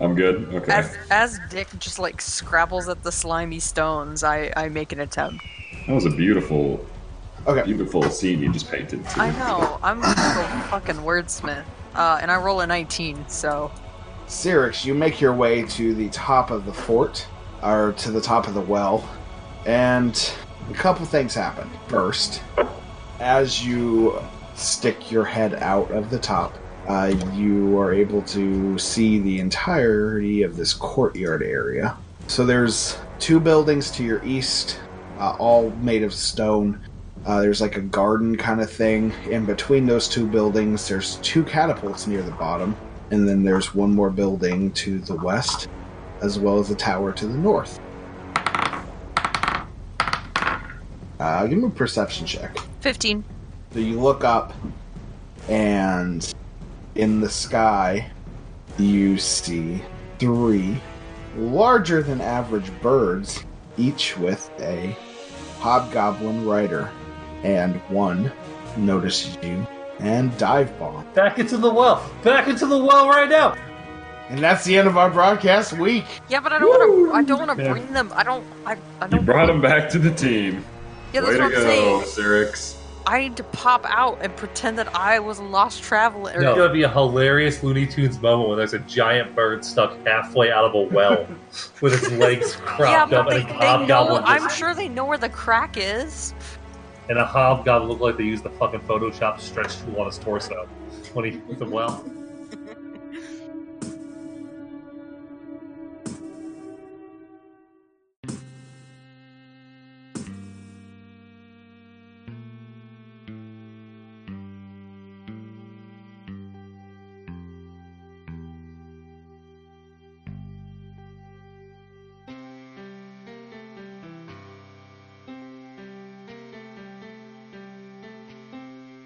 S3: I'm good. Okay.
S4: as, as Dick just like scrabbles at the slimy stones, I, I make an attempt.
S3: That was a beautiful,
S2: okay.
S3: beautiful scene you just painted. too.
S4: I know. I'm a little fucking wordsmith. Uh, and I roll a 19, so.
S2: Cyrix, you make your way to the top of the fort or to the top of the well, and a couple things happen. First, as you stick your head out of the top, uh, you are able to see the entirety of this courtyard area. So there's two buildings to your east, uh, all made of stone. Uh, there's like a garden kind of thing. In between those two buildings, there's two catapults near the bottom, and then there's one more building to the west, as well as a tower to the north. Uh, give me a perception check.
S4: 15.
S2: So you look up, and in the sky, you see three larger than average birds, each with a hobgoblin rider, and one notices you and dive bomb.
S7: Back into the well. Back into the well right now.
S2: And that's the end of our broadcast week.
S4: Yeah, but I don't want to. I don't want to
S5: Yeah.
S4: bring them. I don't. I. I
S3: You
S4: don't.
S3: brought him back to the team.
S4: yeah,
S3: Way
S4: that's
S3: to
S4: what I'm
S3: go,
S4: saying.
S3: Cyrix.
S4: I need to pop out and pretend that I was a lost traveler.
S7: It's gonna be a hilarious Looney Tunes moment when there's a giant bird stuck halfway out of a well with its legs
S4: Yeah,
S7: cropped
S4: but
S7: up
S4: they,
S7: and a
S4: they know.
S7: hobgoblin.
S4: I'm
S7: just-
S4: sure they know where the crack is.
S7: And a hobgoblin looked like they used the fucking Photoshop stretch tool on his torso when he hit the well.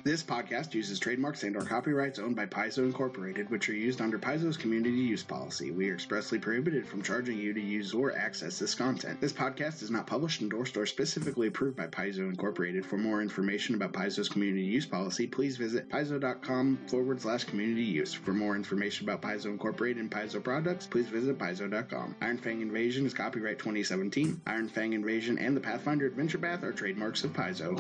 S2: This podcast uses trademarks and/or copyrights owned by Paizo Incorporated, which are used under Paizo's community use policy. We are expressly prohibited from charging you to use or access this content. This podcast is not published, endorsed, or specifically approved by Paizo Incorporated. For more information about Paizo's community use policy, please visit paizo.com forward slash community use. For more information about Paizo Incorporated and Paizo products, please visit paizo.com. Iron Fang Invasion is copyright 2017. Iron Fang Invasion and the Pathfinder Adventure Path are trademarks of Paizo.